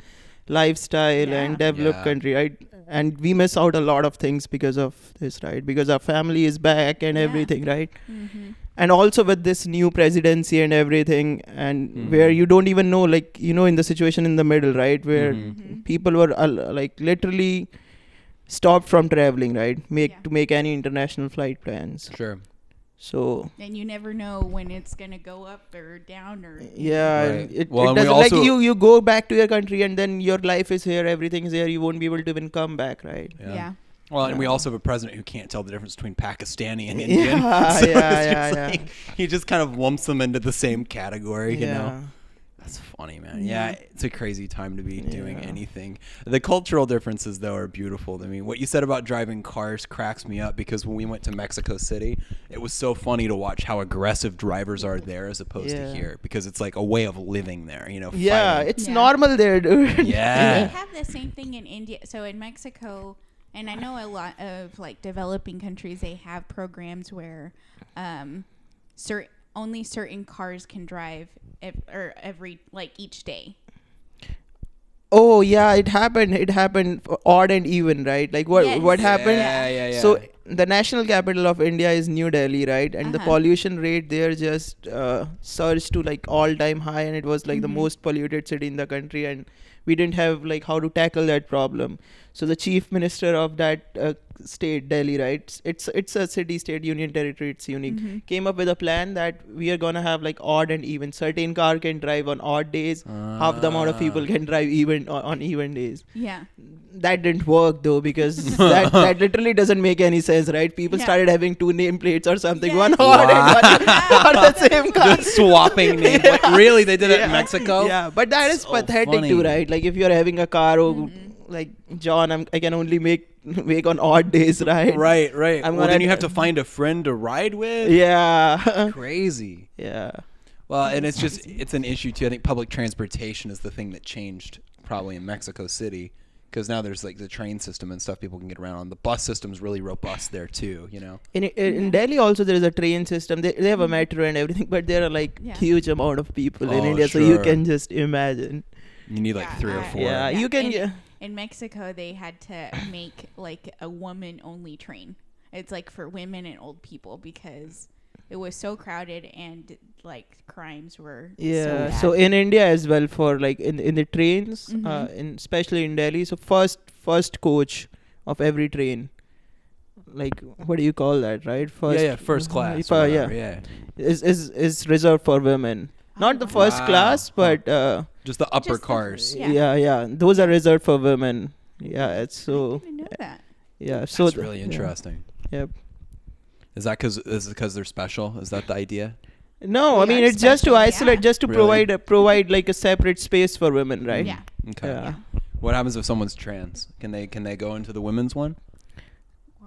Speaker 5: lifestyle
Speaker 4: Yeah.
Speaker 5: and develop
Speaker 3: Yeah.
Speaker 5: country right and we miss out a lot of things because of this right because our family is back and
Speaker 4: Yeah.
Speaker 5: everything right
Speaker 4: Mm-hmm.
Speaker 5: and also with this new presidency and everything and
Speaker 3: Mm-hmm.
Speaker 5: where you don't even know like you know in the situation in the middle right where
Speaker 3: Mm-hmm.
Speaker 4: Mhm.
Speaker 5: people were uh, like literally stopped from traveling right make
Speaker 4: Yeah.
Speaker 5: to make any international flight plans
Speaker 3: Sure.
Speaker 5: So
Speaker 4: And you never know when it's gonna go up or down or
Speaker 5: yeah,
Speaker 3: Right.
Speaker 5: and it,
Speaker 3: Well,
Speaker 5: it
Speaker 3: and we
Speaker 5: doesn't like
Speaker 3: also-
Speaker 5: you you go back to your country and then your life is here, everything is here. You won't be able to even come back, right?
Speaker 4: yeah.
Speaker 3: Well, and we also have a president who can't tell the difference between Pakistani and Indian.
Speaker 5: Yeah,
Speaker 3: So it's
Speaker 5: yeah, yeah,
Speaker 3: just
Speaker 5: yeah.
Speaker 3: like- he just kind of lumps them into the same category, you know. That's funny, man. Yeah, it's a crazy time to be doing
Speaker 5: Yeah.
Speaker 3: anything. The cultural differences, though, are beautiful to me. What you said about driving cars cracks me up because when we went to Mexico City, it was so funny to watch how aggressive drivers are there as opposed
Speaker 5: Yeah.
Speaker 3: to here because it's like a way of living there, you know.
Speaker 5: Yeah,
Speaker 3: fighting.
Speaker 5: it's
Speaker 4: Yeah.
Speaker 5: normal there, dude.
Speaker 4: They
Speaker 3: yeah,
Speaker 4: have the same thing in India. So in Mexico, and I know a lot of like developing countries, they have programs where um, cer- only certain cars can drive ev- or every like each day.
Speaker 5: Oh yeah, it happened. It happened for odd and even, right? Like what
Speaker 4: Yes.
Speaker 5: what happened?
Speaker 3: Yeah, yeah, yeah.
Speaker 5: So the national capital of India is New Delhi, right? And the
Speaker 4: Uh-huh.
Speaker 5: pollution rate there just uh, surged to like all time high, and it was like
Speaker 3: Mm-hmm.
Speaker 5: the most polluted city in the country. And we didn't have like how to tackle that problem. So the chief minister of that uh, state, Delhi, right? It's- It's it's a city state union territory. It's unique.
Speaker 3: Mm-hmm.
Speaker 5: Came up with a plan that we are gonna have like odd and even. Certain car can drive on odd days. half the amount of people
Speaker 3: Ah.
Speaker 5: can drive even on, on even days
Speaker 4: Yeah.
Speaker 5: that didn't work though because that, that literally doesn't make any sense right people
Speaker 4: Yeah.
Speaker 5: started having two nameplates or something
Speaker 4: Yes.
Speaker 5: one hard and one for the same car
Speaker 3: just swapping names. Like, really, they did it in Mexico.
Speaker 5: yeah but that is
Speaker 3: So
Speaker 5: pathetic
Speaker 3: funny.
Speaker 5: too right like if you're having a car oh,
Speaker 4: Mm-hmm.
Speaker 5: like john I'm, i can only make make on odd days right
Speaker 3: Right, right.
Speaker 5: I'm
Speaker 3: well,
Speaker 5: gonna-
Speaker 3: then you have to find a friend to ride with.
Speaker 5: yeah
Speaker 3: Crazy.
Speaker 5: yeah
Speaker 3: Well, and it's just it's an issue too. I think public transportation is the thing that changed probably in Mexico City because now there's like the train system and stuff people can get around on. The bus system's really robust there too. You know.
Speaker 5: in, in in Delhi also there is a train system. They, they have a metro and everything, but there are like
Speaker 4: Mm-hmm. Yeah.
Speaker 5: huge amount of people in
Speaker 3: Oh,
Speaker 5: India, so you
Speaker 3: sure.
Speaker 5: can just imagine.
Speaker 3: You need like
Speaker 4: Yeah,
Speaker 3: three or
Speaker 4: I-
Speaker 3: four.
Speaker 5: Yeah, you can.
Speaker 4: In,
Speaker 5: yeah.
Speaker 4: in Mexico, they had to make like a woman only train. It's like for women and old people because it was so crowded and like crimes were
Speaker 5: Yeah.
Speaker 4: so,
Speaker 5: So,
Speaker 4: bad.
Speaker 5: in India as well, for like in in the trains, uh,
Speaker 4: Mm-hmm.
Speaker 5: in especially in Delhi, so first first coach of every train, like what do you call that, right? First,
Speaker 3: yeah, yeah, first class.
Speaker 5: Uh,
Speaker 3: or
Speaker 5: yeah,
Speaker 3: whatever, yeah.
Speaker 5: is is is reserved for women. Not the first
Speaker 3: Wow.
Speaker 5: class, but uh,
Speaker 3: Just the upper
Speaker 4: Just the-
Speaker 3: cars.
Speaker 4: Yeah.
Speaker 5: yeah. yeah, those are reserved for women. Yeah, it's
Speaker 4: I
Speaker 5: so
Speaker 4: didn't know that.
Speaker 5: yeah, so
Speaker 3: That's
Speaker 5: th-
Speaker 3: really
Speaker 5: yeah,
Speaker 3: interesting.
Speaker 5: Yep.
Speaker 3: Is that because is because they're special? Is that the idea?
Speaker 5: No, I
Speaker 4: They
Speaker 5: mean
Speaker 4: are
Speaker 5: it's just to
Speaker 4: special,
Speaker 5: isolate,
Speaker 4: yeah.
Speaker 5: just to
Speaker 3: Really?
Speaker 5: provide a, provide like a separate space for women, right?
Speaker 4: Yeah.
Speaker 3: Okay.
Speaker 5: Yeah.
Speaker 3: What happens if someone's trans? Can they can they go into the women's one?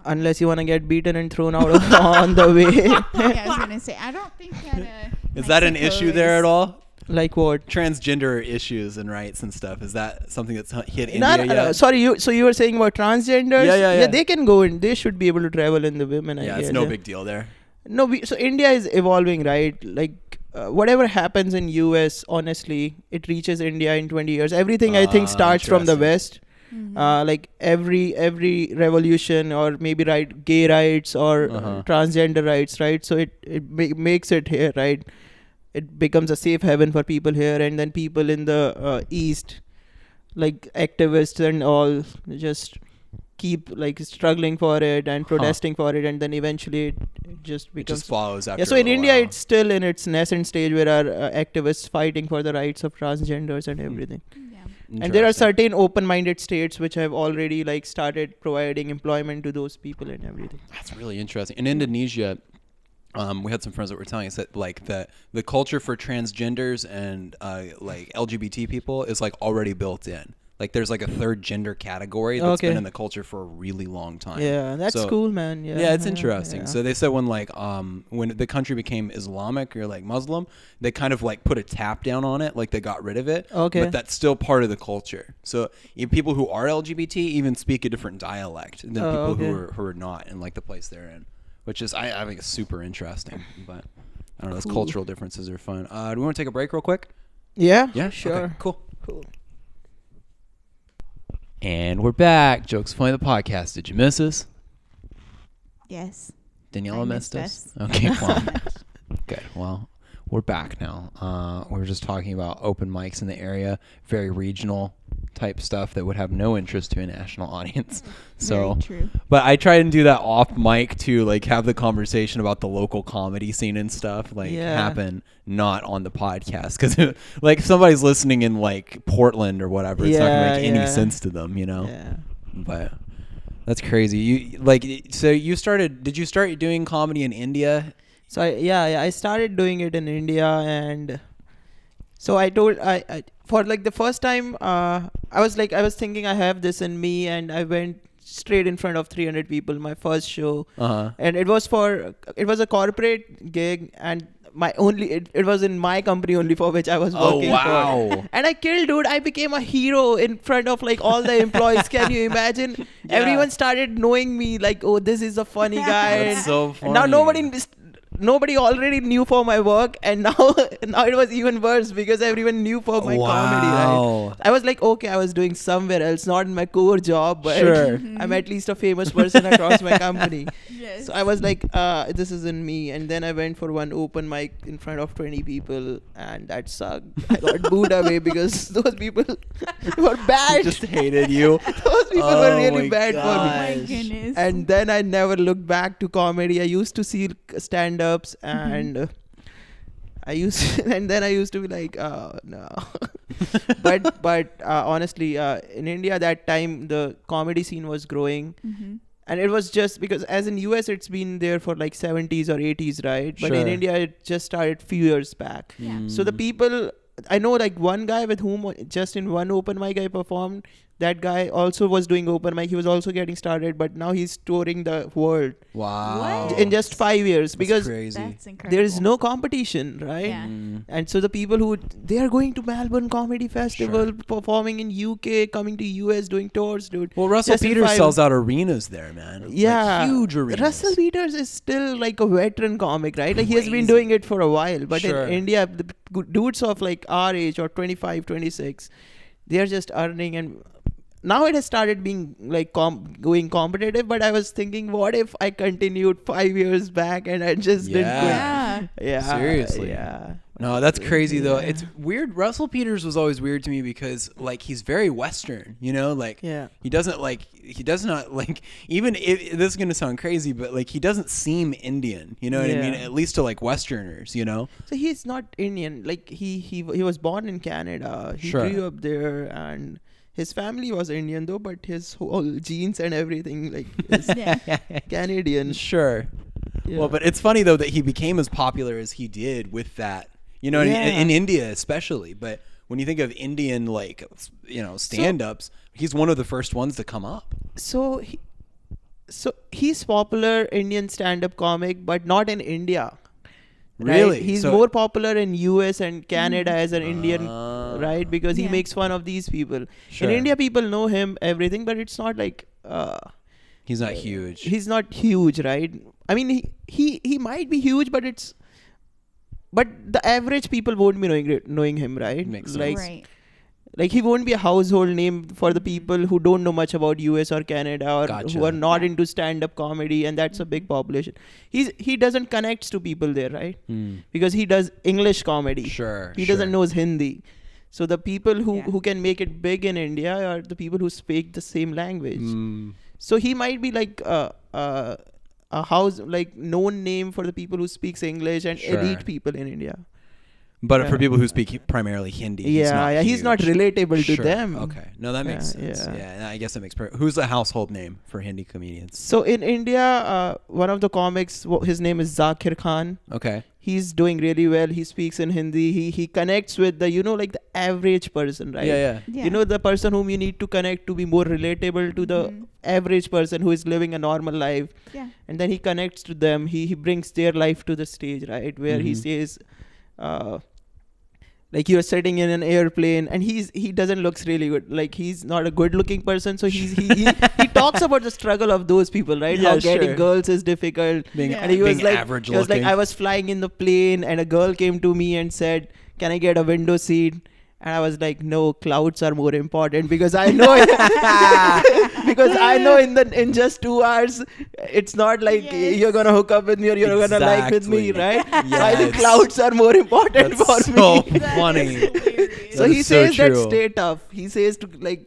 Speaker 5: Unless you want to get beaten and thrown out of- on the way.
Speaker 4: yeah, I was gonna say I don't think that. Uh,
Speaker 3: Is that an
Speaker 4: Mexico
Speaker 3: issue there
Speaker 4: is-
Speaker 3: at all?
Speaker 5: like what?
Speaker 3: transgender issues and rights and stuff. Is that something that's hu- hit
Speaker 5: No,
Speaker 3: India
Speaker 5: no,
Speaker 3: yet?
Speaker 5: no, uh, sorry, you. So you were saying about transgenders?
Speaker 3: Yeah, yeah, yeah.
Speaker 5: they can go in. They should be able to travel in the women. I
Speaker 3: yeah,
Speaker 5: guess,
Speaker 3: it's no big deal there.
Speaker 5: No, we, so India is evolving, right? Like uh, whatever happens in US, honestly, it reaches India in 20 years. Everything I think
Speaker 3: Ah,
Speaker 5: starts from the
Speaker 3: interesting.
Speaker 5: West.
Speaker 4: Mm-hmm.
Speaker 5: Uh, like every every revolution or maybe right gay rights or uh,
Speaker 3: Uh-huh.
Speaker 5: transgender rights right so it it ma- makes it here right it becomes a safe haven for people here and then people in the uh, east like activists and all just keep like struggling for it and
Speaker 3: Huh.
Speaker 5: protesting for it and then eventually it, it just
Speaker 3: It
Speaker 5: becomes
Speaker 3: just follows after.
Speaker 5: yeah so
Speaker 3: a
Speaker 5: in
Speaker 3: little
Speaker 5: india
Speaker 3: while.
Speaker 5: it's still in its nascent stage where are uh, activists fighting for the rights of transgenders and everything
Speaker 4: Yeah.
Speaker 5: and there are
Speaker 3: Interesting.
Speaker 5: certain open-minded states which have already like started providing employment to those people and everything
Speaker 3: That's really interesting. In Indonesia, um, we had some friends that were telling us that like the the culture for transgenders and uh, like LGBT people is like already built in. Like there's like a third gender category that's
Speaker 5: Okay.
Speaker 3: been in the culture for a really long time.
Speaker 5: yeah that's
Speaker 3: So-
Speaker 5: cool man yeah
Speaker 3: Yeah, it's interesting. So they said when like um when the country became Islamic or like Muslim, they kind of like put a tap down on it, like they got rid of it.
Speaker 5: Okay.
Speaker 3: But that's still part of the culture. So you, people who are LGBT even speak a different dialect than
Speaker 5: Oh,
Speaker 3: people who
Speaker 5: okay.
Speaker 3: are who are not in like the place they're in, which is I, I think is super interesting. But I don't know, those cultural differences are fun. Uh, do we want to take a break real quick?
Speaker 5: yeah
Speaker 3: Yeah, Okay,
Speaker 5: sure
Speaker 3: cool.
Speaker 5: cool
Speaker 3: And we're back. Jokes Funny the podcast. Did you miss us?
Speaker 4: Yes.
Speaker 3: Daniela
Speaker 4: I
Speaker 3: missed,
Speaker 4: missed
Speaker 3: us. Okay, well, good. Well, we're back now. Uh, we were just talking about open mics in the area, very regional, type stuff that would have no interest to a national audience.
Speaker 5: Mm,
Speaker 3: So,
Speaker 4: Very true.
Speaker 3: but I try and do that off mic to like have the conversation about the local comedy scene and stuff like
Speaker 5: Yeah.
Speaker 3: happen not on the podcast because like if somebody's listening in like Portland or whatever, it's not
Speaker 5: Yeah,
Speaker 3: gonna make
Speaker 5: yeah.
Speaker 3: any sense to them, you know.
Speaker 5: Yeah.
Speaker 3: But that's crazy. You like so you started? Did you start doing comedy in India?
Speaker 5: So I, yeah, yeah, I started doing it in India, and so I told I, I for like the first time, uh, I was like I was thinking I have this in me, and I went straight in front of 300 people my first show,
Speaker 3: Uh huh.
Speaker 5: and it was for it was a corporate gig, and my only it, it was in my company only for which I was
Speaker 3: Oh,
Speaker 5: working for.
Speaker 3: wow.
Speaker 5: And I killed, dude. I became a hero in front of like all the employees. Can you imagine? Everyone started knowing me like, oh, this is a funny guy.
Speaker 3: That's
Speaker 5: And-
Speaker 3: so
Speaker 5: and Now
Speaker 3: funny.
Speaker 5: nobody nobody already knew for my work and now now it was even worse because everyone knew for my comedy
Speaker 3: Wow.
Speaker 5: right i was like okay i was doing somewhere else not in my core job but
Speaker 3: Sure.
Speaker 5: i'm at least a famous person across my company
Speaker 4: Yes.
Speaker 5: so i was like uh, this isn't me and then i went for one open mic in front of 20 people and that sucked i got booed away because those people were bad
Speaker 3: Just hated you.
Speaker 5: those people were
Speaker 3: Oh
Speaker 5: really
Speaker 3: my
Speaker 5: bad for me
Speaker 3: God.
Speaker 4: my
Speaker 3: Gosh.
Speaker 4: goodness.
Speaker 5: and then I never looked back to comedy. I used to see stand ups
Speaker 3: Mm-hmm.
Speaker 5: and uh, I used and then I used to be like, oh no. but but uh, honestly, uh, in India that time the comedy scene was growing.
Speaker 4: Mhm.
Speaker 5: And it was just because, as in US, it's been there for like 70s or 80s, right? But in
Speaker 3: Sure. Hmm.
Speaker 5: India, it just started few years back.
Speaker 4: Yeah.
Speaker 3: Mm,
Speaker 5: So the people I know, like one guy with whom just in one open mic I performed, that guy also was doing open mic. He was also getting started, but now he's touring the world
Speaker 3: Wow.
Speaker 4: What?
Speaker 5: in just five years
Speaker 3: Oh. That's
Speaker 5: because
Speaker 3: crazy.
Speaker 4: That's incredible.
Speaker 5: there is no competition, right?
Speaker 4: Yeah.
Speaker 3: Mm.
Speaker 5: And so the people who they are going to Melbourne Comedy Festival,
Speaker 3: Sure.
Speaker 5: performing in UK, coming to US, doing tours, dude.
Speaker 3: Well, Russell
Speaker 5: Just in
Speaker 3: Peters
Speaker 5: five-
Speaker 3: sells out arenas there, man. Like,
Speaker 5: yeah,
Speaker 3: huge arenas.
Speaker 5: Russell Peters is still like a veteran comic, right? Like he has
Speaker 3: Crazy.
Speaker 5: been doing it for a while, but
Speaker 3: Sure.
Speaker 5: in India, the g- dudes of like our age or 25, 26, they are just earning and now it has started being like com- going competitive. But I was thinking, what if I continued five years back and I just didn't quit?
Speaker 3: Yeah.
Speaker 4: Yeah.
Speaker 5: Yeah,
Speaker 3: Seriously.
Speaker 5: yeah.
Speaker 3: No, that's crazy though.
Speaker 5: Yeah.
Speaker 3: It's weird. Russell Peters was always weird to me because like he's very Western, you know, like
Speaker 5: Yeah.
Speaker 3: he doesn't like he does not like even if this is gonna sound crazy, but like he doesn't seem Indian, you know what I mean?
Speaker 5: Yeah.
Speaker 3: At least to like Westerners, you know.
Speaker 5: So he's not Indian. Like he he he was born in Canada. He
Speaker 3: Sure.
Speaker 5: grew up there, and his family was Indian though, but his whole genes and everything like is
Speaker 4: Yeah.
Speaker 5: Canadian.
Speaker 3: Sure.
Speaker 5: Yeah.
Speaker 3: Well, but it's funny though that he became as popular as he did with that, you know, in-
Speaker 5: Yeah.
Speaker 3: in, India especially. But when you think of Indian like you know stand ups, he's one of the first ones to come up.
Speaker 5: So he, so he's popular Indian stand-up comic, but not in India. right?
Speaker 3: Really?
Speaker 5: He's
Speaker 3: So- Hmm.
Speaker 5: more popular in US and Canada as an Indian,
Speaker 3: Ah.
Speaker 5: right? Because he
Speaker 4: Yeah.
Speaker 5: makes fun of these people.
Speaker 3: Sure.
Speaker 5: In India, people know him everything, but it's not like. Uh,
Speaker 3: He's not huge.
Speaker 5: he's not huge right i mean he he, he might be huge but it's but the average people won't be knowing it- knowing him right
Speaker 3: Makes sense.
Speaker 5: like
Speaker 4: right. Mm.
Speaker 5: like he won't be a household name for the people who don't know much about us or canada or
Speaker 3: Gotcha.
Speaker 5: who are not into stand up comedy and that's a big population he's he doesn't connects to people there right
Speaker 3: Hmm.
Speaker 5: because he does english comedy
Speaker 3: Sure,
Speaker 5: he
Speaker 3: sure.
Speaker 5: doesn't know hindi so the people who,
Speaker 4: Yeah.
Speaker 5: who can make it big in india are the people who speak the same language
Speaker 3: Hmm.
Speaker 5: so he might be like uh, uh, a house like known name for the people who speaks English and
Speaker 3: Sure.
Speaker 5: elite people in India.
Speaker 3: But
Speaker 5: Yeah.
Speaker 3: for people who speak primarily Hindi, he's
Speaker 5: yeah,
Speaker 3: not
Speaker 5: yeah, he's not
Speaker 3: huge.
Speaker 5: relatable to
Speaker 3: Sure.
Speaker 5: them.
Speaker 3: Okay, no, that makes
Speaker 5: Yeah,
Speaker 3: sense.
Speaker 5: yeah.
Speaker 3: Yeah. I guess that makes. Per- Who's the household name for Hindi comedians?
Speaker 5: So in India, uh, one of the comics, wh- his name is Zakir Khan.
Speaker 3: Okay,
Speaker 5: He's doing really well. He speaks in Hindi. He he connects with the you know like the average person, right?
Speaker 3: yeah, yeah.
Speaker 4: Yeah.
Speaker 5: You know the person whom you need to connect to be more relatable to the
Speaker 4: Mhm.
Speaker 5: average person who is living a normal life.
Speaker 4: Yeah.
Speaker 5: and then he connects to them he he brings their life to the stage right where he
Speaker 3: Mhm.
Speaker 5: says uh like you're sitting in an airplane and he's he doesn't looks really good like he's not a good looking person so he's he, he, he talks about the struggle of those people right how
Speaker 3: Yeah,
Speaker 5: getting
Speaker 3: sure.
Speaker 5: girls is difficult
Speaker 3: Being,
Speaker 4: Yeah.
Speaker 5: and he was
Speaker 3: being
Speaker 5: like
Speaker 3: average
Speaker 5: he was like
Speaker 3: looking.
Speaker 5: i was flying in the plane and a girl came to me and said can i get a window seat and i was like no clouds are more important because i know because i know in the in just 2 hours it's not like
Speaker 4: Yes.
Speaker 5: you're going to hook up with me or you're going to like with me
Speaker 3: Exactly.
Speaker 5: right so i think
Speaker 3: Yes.
Speaker 5: clouds are more important
Speaker 3: That's
Speaker 5: for
Speaker 3: so
Speaker 5: me
Speaker 3: funny.
Speaker 5: so
Speaker 3: That
Speaker 5: he
Speaker 3: is so
Speaker 5: says that
Speaker 3: true.
Speaker 5: stay tough. He says to like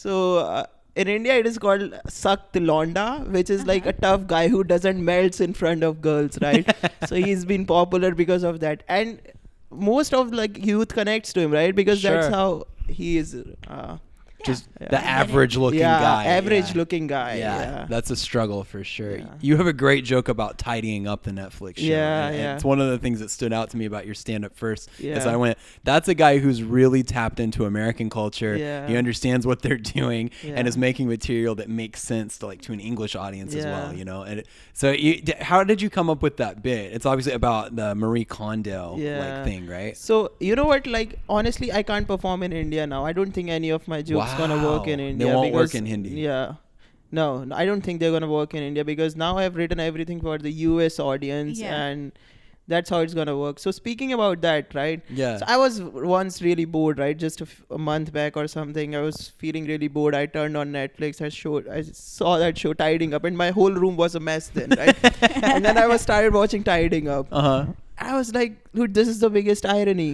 Speaker 5: so uh, in India it is called Sakt Londa, which is like a
Speaker 3: Uh-huh.
Speaker 5: tough guy who doesn't melts in front of girls, right? so he's been popular because of that, and most of like youth connects to him, right? Because that's
Speaker 3: Sure.
Speaker 5: how he is. Uh,
Speaker 3: Just the
Speaker 5: Yeah.
Speaker 4: I get it.
Speaker 3: average looking
Speaker 5: yeah,
Speaker 3: guy.
Speaker 5: average
Speaker 3: yeah.
Speaker 5: looking guy.
Speaker 3: yeah,
Speaker 5: Yeah,
Speaker 3: that's a struggle for sure.
Speaker 5: Yeah.
Speaker 3: You have a great joke about tidying up the Netflix show.
Speaker 5: Yeah,
Speaker 3: and
Speaker 5: yeah.
Speaker 3: It's one of the things that stood out to me about your stand up first. Is
Speaker 5: Yeah.
Speaker 3: I went, that's a guy who's really tapped into American culture.
Speaker 5: Yeah.
Speaker 3: He understands what they're doing and
Speaker 5: Yeah.
Speaker 3: is making material that makes sense to like to an English audience as well,
Speaker 5: Yeah.
Speaker 3: you know. And it, so you, d- how did you come up with that bit? It's obviously about the Marie Kondo
Speaker 5: Yeah.
Speaker 3: like thing, right?
Speaker 5: So you know what? Like honestly, I can't perform in India now. I don't think any of my jokes gonna work in
Speaker 3: Wow. They
Speaker 5: India.
Speaker 3: won't work
Speaker 5: because-
Speaker 3: in Hindi.
Speaker 5: Yeah. No, no, I don't think they're gonna work in India because now I've written everything for the U.S. audience,
Speaker 4: Yeah.
Speaker 5: and that's how it's gonna work. So speaking about that, right?
Speaker 3: Yeah.
Speaker 5: So I was once really bored, right? Just a, f- a month back or something, I was feeling really bored. I turned on Netflix. I showed, I saw that show Tidying Up, and my whole room was a mess then, right? and then I was started watching Tidying Up.
Speaker 3: Uh huh.
Speaker 5: I was like, dude, this is the biggest irony,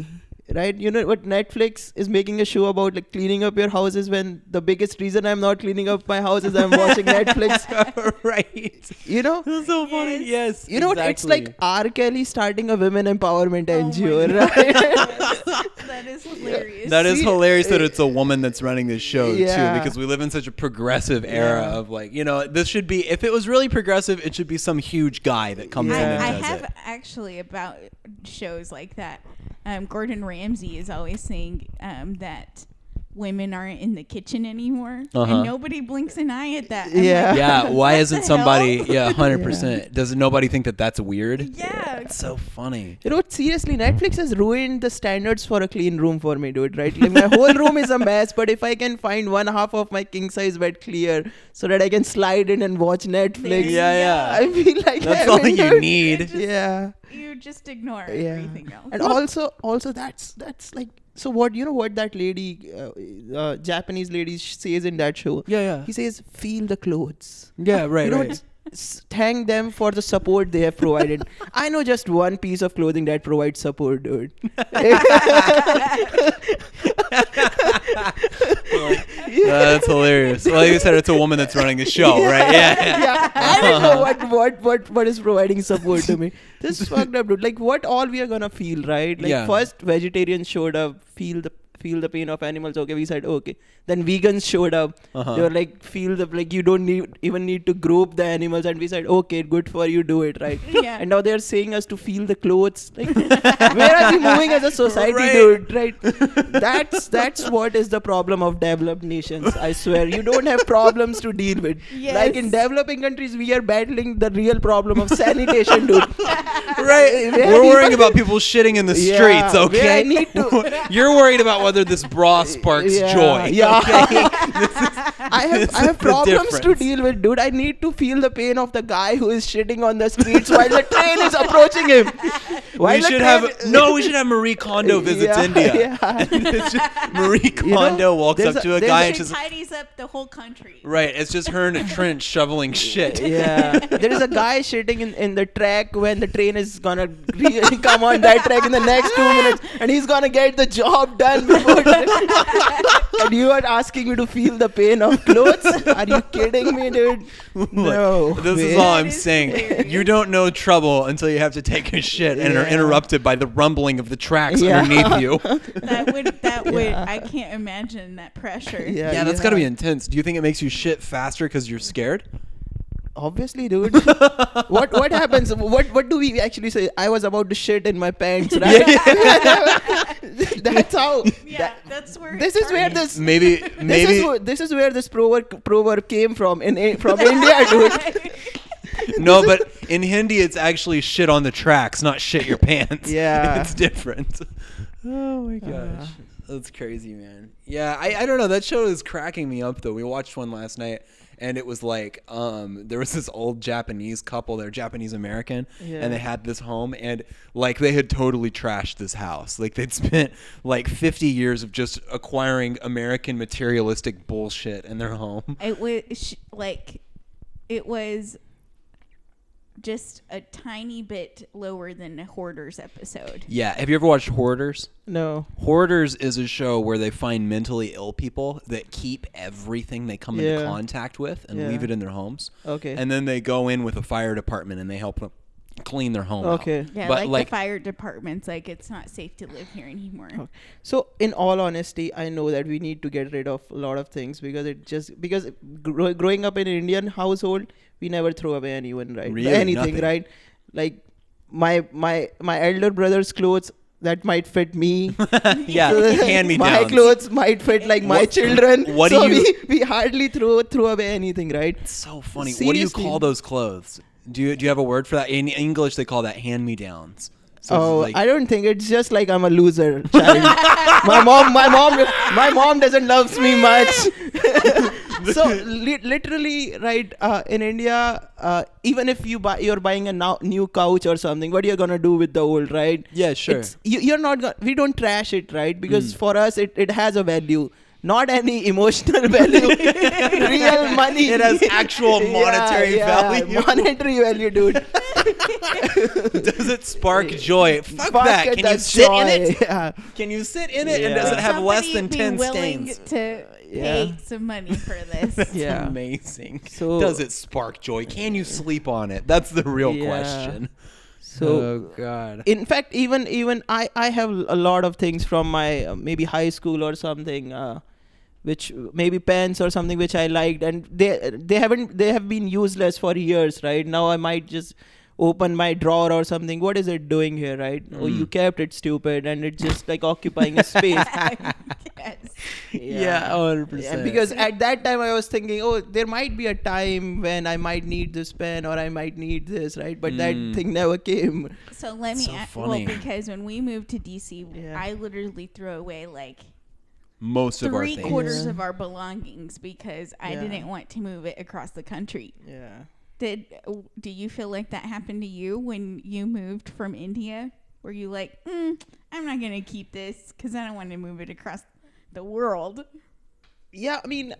Speaker 5: right? You know what? Netflix is making a show about like cleaning up your houses when the biggest reason I'm not cleaning up my house is I'm watching Netflix.
Speaker 3: right.
Speaker 5: You know,
Speaker 3: That's so funny. Yes.
Speaker 5: you know what? It's like R. Kelly starting a women empowerment
Speaker 4: Oh my
Speaker 5: NGO,
Speaker 4: God.
Speaker 5: right?
Speaker 4: that is hilarious.
Speaker 3: That is
Speaker 5: See,
Speaker 3: hilarious that
Speaker 5: uh,
Speaker 3: it's a woman that's running this show
Speaker 5: Yeah.
Speaker 3: too, because we live in such a progressive era
Speaker 5: Yeah.
Speaker 3: of like, you know, this should be if it was really progressive, it should be some huge guy that comes in
Speaker 4: I,
Speaker 5: Yeah.
Speaker 3: and
Speaker 4: I
Speaker 3: does
Speaker 4: have
Speaker 3: it.
Speaker 4: actually about shows like that. Um, Gordon Ramsay is always saying um, that women aren't in the kitchen anymore,
Speaker 3: Uh-huh.
Speaker 4: and nobody blinks an eye at that. I'm
Speaker 5: Yeah.
Speaker 4: like,
Speaker 3: Yeah, why isn't
Speaker 4: the
Speaker 3: somebody?
Speaker 4: hell?
Speaker 3: Yeah, hundred percent. Does nobody think that that's weird?
Speaker 4: Yeah.
Speaker 3: it's so funny.
Speaker 5: You know, what? seriously, Netflix has ruined the standards for a clean room for me, dude. Right? Like my whole room is a mess, but if I can find one half of my king size bed clear, so that I can slide in and watch Netflix,
Speaker 3: Yeah, yeah.
Speaker 5: I feel like
Speaker 3: that's all
Speaker 5: heaven,
Speaker 3: you
Speaker 5: dude.
Speaker 3: need.
Speaker 4: Just-
Speaker 5: Yeah.
Speaker 4: you just ignore
Speaker 5: yeah.
Speaker 4: everything else.
Speaker 5: And also, also that's that's like so. What you know? What that lady, uh, uh, Japanese lady, sh- says in that show.
Speaker 3: Yeah,
Speaker 5: He says, "Feel the clothes."
Speaker 3: yeah, right,
Speaker 5: you know, s- s- thank them for the support they have provided. I know just one piece of clothing that provides support, dude.
Speaker 3: that's hilarious. Like you said, it's a woman that's running the show, right? Yeah,
Speaker 5: yeah. I don't know what, what what what is providing support to me. This is fucked up, dude. Like what all we are gonna feel, right? Like
Speaker 3: Yeah.
Speaker 5: first vegetarians showed up, feel the feel the pain of animals. Okay, we said okay. Then vegans showed up.
Speaker 3: Uh-huh.
Speaker 5: They were like feel the like you don't need even need to group the animals, and we said okay, good for you, do it, right?
Speaker 4: Yeah.
Speaker 5: And now they are saying us to feel the clothes. Like where are we moving as a society,
Speaker 3: Right.
Speaker 5: dude? Right? That's that's what is the problem of developed nations. I swear, you don't have problems to deal with. Like in
Speaker 4: Yes.
Speaker 5: developing countries, we are battling the real problem of sanitation, dude.
Speaker 3: right. We're
Speaker 5: Where do you-
Speaker 3: worrying about people shitting in the
Speaker 5: Yeah,
Speaker 3: streets,
Speaker 5: where
Speaker 3: okay?
Speaker 5: I need to-
Speaker 3: You're worried about whether this bra sparks
Speaker 5: Yeah,
Speaker 3: joy.
Speaker 5: yeah.
Speaker 3: okay?
Speaker 5: I have
Speaker 3: This
Speaker 5: I
Speaker 3: is
Speaker 5: have
Speaker 3: the
Speaker 5: problems to
Speaker 3: difference.
Speaker 5: deal with, dude. I need to feel the pain of the guy who is shitting on the streets while the train is approaching him. While
Speaker 3: we
Speaker 5: the
Speaker 3: should
Speaker 5: train-
Speaker 3: have no. We should have Marie Kondo visits
Speaker 5: Yeah,
Speaker 3: India.
Speaker 5: yeah.
Speaker 3: It's just Marie
Speaker 5: know,
Speaker 3: Kondo walks
Speaker 5: there's
Speaker 3: up
Speaker 5: a-
Speaker 3: to a
Speaker 5: there's
Speaker 3: guy
Speaker 5: a-
Speaker 3: and
Speaker 4: It
Speaker 3: she's
Speaker 4: tidies up the whole country.
Speaker 3: right. It's just her in a trench shoveling shit.
Speaker 5: yeah there is a guy shitting in, in the track when the train is gonna really come on that track in the next two minutes and he's gonna get the job done before and you are asking me to feel the pain of clothes are you kidding me dude no
Speaker 3: Look, this
Speaker 5: way.
Speaker 3: is all
Speaker 4: That
Speaker 3: I'm
Speaker 4: is
Speaker 3: saying.
Speaker 4: hilarious.
Speaker 3: You don't know trouble until you have to take a shit and are
Speaker 5: Yeah.
Speaker 3: interrupted by the rumbling of the tracks
Speaker 5: Yeah.
Speaker 3: underneath you.
Speaker 4: That would that would
Speaker 5: Yeah.
Speaker 4: I can't imagine that pressure.
Speaker 5: yeah,
Speaker 3: Yeah,
Speaker 5: you
Speaker 3: that's got to be
Speaker 5: have-
Speaker 3: intense. Do you think it makes you shit faster because you're scared?
Speaker 5: obviously dude what what happens what what do we actually say i was about to shit in my pants right that's how
Speaker 4: Yeah,
Speaker 5: that-
Speaker 4: that's where
Speaker 5: this
Speaker 4: it
Speaker 5: is where
Speaker 4: started.
Speaker 5: this
Speaker 3: Maybe,
Speaker 5: This
Speaker 3: maybe
Speaker 5: is, wh- this is where this proverb, proverb came from in I- from India, dude.
Speaker 3: no, but in Hindi it's actually shit on the tracks, not shit your pants.
Speaker 5: Yeah. Uh-huh.
Speaker 3: it's different. Oh my gosh, that's crazy, man. Yeah, I, I don't know. That show is cracking me up though. We watched one last night. And it was like um, there was this old Japanese couple. They're Japanese American,
Speaker 5: Yeah.
Speaker 3: and they had this home, and like they had totally trashed this house. Like they'd spent like 50 years of just acquiring American materialistic bullshit in their home.
Speaker 4: it was sh- like it was just a tiny bit lower than a hoarders episode.
Speaker 3: Yeah. Have you ever watched Hoarders?
Speaker 5: No.
Speaker 3: Hoarders is a show where they find mentally ill people that keep everything they come into
Speaker 5: Yeah.
Speaker 3: contact with and
Speaker 5: Yeah.
Speaker 3: leave it in their homes.
Speaker 5: Okay.
Speaker 3: And then they go in with a fire department and they help them clean their home. out.
Speaker 5: Okay.
Speaker 4: Yeah,
Speaker 3: But
Speaker 4: like,
Speaker 3: like-
Speaker 4: the fire department's like it's not safe to live here anymore.
Speaker 5: So, in all honesty, I know that we need to get rid of a lot of things because it just because grow, growing up in an Indian household, we never throw away anyone, right?
Speaker 3: Really?
Speaker 5: Anything,
Speaker 3: Nothing.
Speaker 5: right? Like my my my elder brother's clothes that might fit me.
Speaker 3: yeah. Hand me
Speaker 5: my
Speaker 3: down.
Speaker 5: clothes might fit like my
Speaker 3: What-
Speaker 5: children.
Speaker 3: what do
Speaker 5: so
Speaker 3: you-
Speaker 5: we, we hardly throw throw away anything, right?
Speaker 3: So funny. What do you
Speaker 5: Seriously.
Speaker 3: call those clothes? Do you do you have a word for that? In English, they call that hand me downs.
Speaker 5: oh, I don't think it's just like I'm a loser. Child. my mom, my mom, my mom doesn't love me much. so li- literally, right uh, in India, uh, even if you buy, you're buying a now, new couch or something. What you're gonna do with the old, right?
Speaker 3: Yeah, sure. Hmm.
Speaker 5: It's, you, you're not. Gonna, we don't trash it, right? Because for us, it, it has a value. Not any emotional value, real money.
Speaker 3: It has actual
Speaker 5: Yeah,
Speaker 3: monetary
Speaker 5: yeah,
Speaker 3: value.
Speaker 5: Monetary value, dude.
Speaker 3: Does it spark joy? Fuck,
Speaker 5: Fuck
Speaker 3: that.
Speaker 5: it,
Speaker 3: Can you
Speaker 5: that's
Speaker 3: sit in
Speaker 5: joy.
Speaker 3: it?
Speaker 5: Yeah.
Speaker 3: Can you sit in it and
Speaker 5: Yeah.
Speaker 3: does it have less
Speaker 4: Somebody
Speaker 3: than
Speaker 4: be
Speaker 3: ten
Speaker 4: willing
Speaker 3: stains?
Speaker 4: To
Speaker 5: Yeah.
Speaker 4: pay some money for this.
Speaker 5: Yeah.
Speaker 3: Amazing.
Speaker 5: So-
Speaker 3: does it spark joy? Can you sleep on it? That's the real
Speaker 5: Yeah.
Speaker 3: question. Oh,
Speaker 5: So
Speaker 3: Uh, god.
Speaker 5: in fact even even i i have a lot of things from my uh, maybe high school or something uh, which maybe pens or something which i liked and they they haven't they have been useless for years right now i might just open my drawer or something what is it doing here right oh you kept it stupid and it's just like occupying a space
Speaker 4: yes.
Speaker 3: Yeah, 100%.
Speaker 5: yeah, because at that time I was thinking, oh, there might be a time when I might need this pen or I might need this, right? But that thing never came.
Speaker 4: So let me
Speaker 3: So
Speaker 4: add,
Speaker 3: funny.
Speaker 4: well because when we moved to DC,
Speaker 5: Yeah.
Speaker 4: I literally threw away like
Speaker 3: Most of our
Speaker 4: three
Speaker 3: things.
Speaker 4: quarters
Speaker 5: Yeah.
Speaker 4: of our belongings because I
Speaker 5: Yeah.
Speaker 4: didn't want to move it across the country.
Speaker 5: Yeah.
Speaker 4: Did uh, do you feel like that happened to you when you moved from India? Were you like, mm, I'm not gonna keep this because I don't want to move it across the world?
Speaker 5: yeah i mean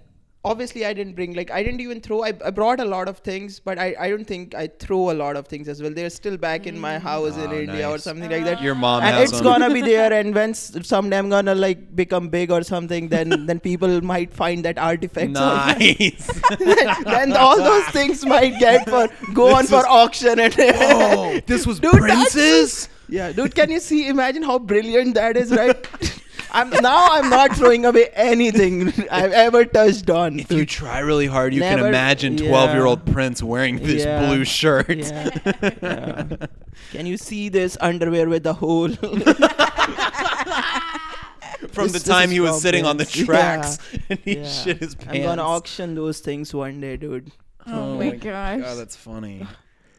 Speaker 5: obviously i didn't bring like i didn't even throw i, I brought a lot of things but I, I don't think i throw a lot of things as well they're still back in my house in
Speaker 3: Oh,
Speaker 5: india or
Speaker 3: nice. Ah.
Speaker 5: something like that
Speaker 3: Your mom
Speaker 5: and
Speaker 3: has
Speaker 5: it's
Speaker 3: them.
Speaker 5: gonna be there and when s- someday i'm gonna like become big or something then then people might find that artifact somewhere.
Speaker 3: nice.
Speaker 5: then, then all those things might get for go
Speaker 3: This
Speaker 5: on for
Speaker 3: is-
Speaker 5: auction and
Speaker 3: oh, this was
Speaker 5: Dude, that's-
Speaker 3: Prince's.
Speaker 5: yeah dude can you see imagine how brilliant that is right i'm now i'm not throwing away anything i've ever touched on
Speaker 3: If you try really hard, you can
Speaker 5: Never-
Speaker 3: imagine
Speaker 5: yeah.
Speaker 3: twelve-year-old Prince wearing this
Speaker 5: Yeah.
Speaker 3: blue shirt.
Speaker 5: Yeah. Yeah. Can you see this underwear with the hole?
Speaker 3: From
Speaker 5: This-
Speaker 3: the
Speaker 5: this
Speaker 3: time
Speaker 5: is
Speaker 3: he was
Speaker 5: from
Speaker 3: sitting on the
Speaker 5: Prince.
Speaker 3: tracks
Speaker 5: Yeah.
Speaker 3: and he
Speaker 5: Yeah.
Speaker 3: shit his pants.
Speaker 5: I'm gonna auction those things one day, dude.
Speaker 4: Oh, my gosh!
Speaker 3: Oh, that's funny.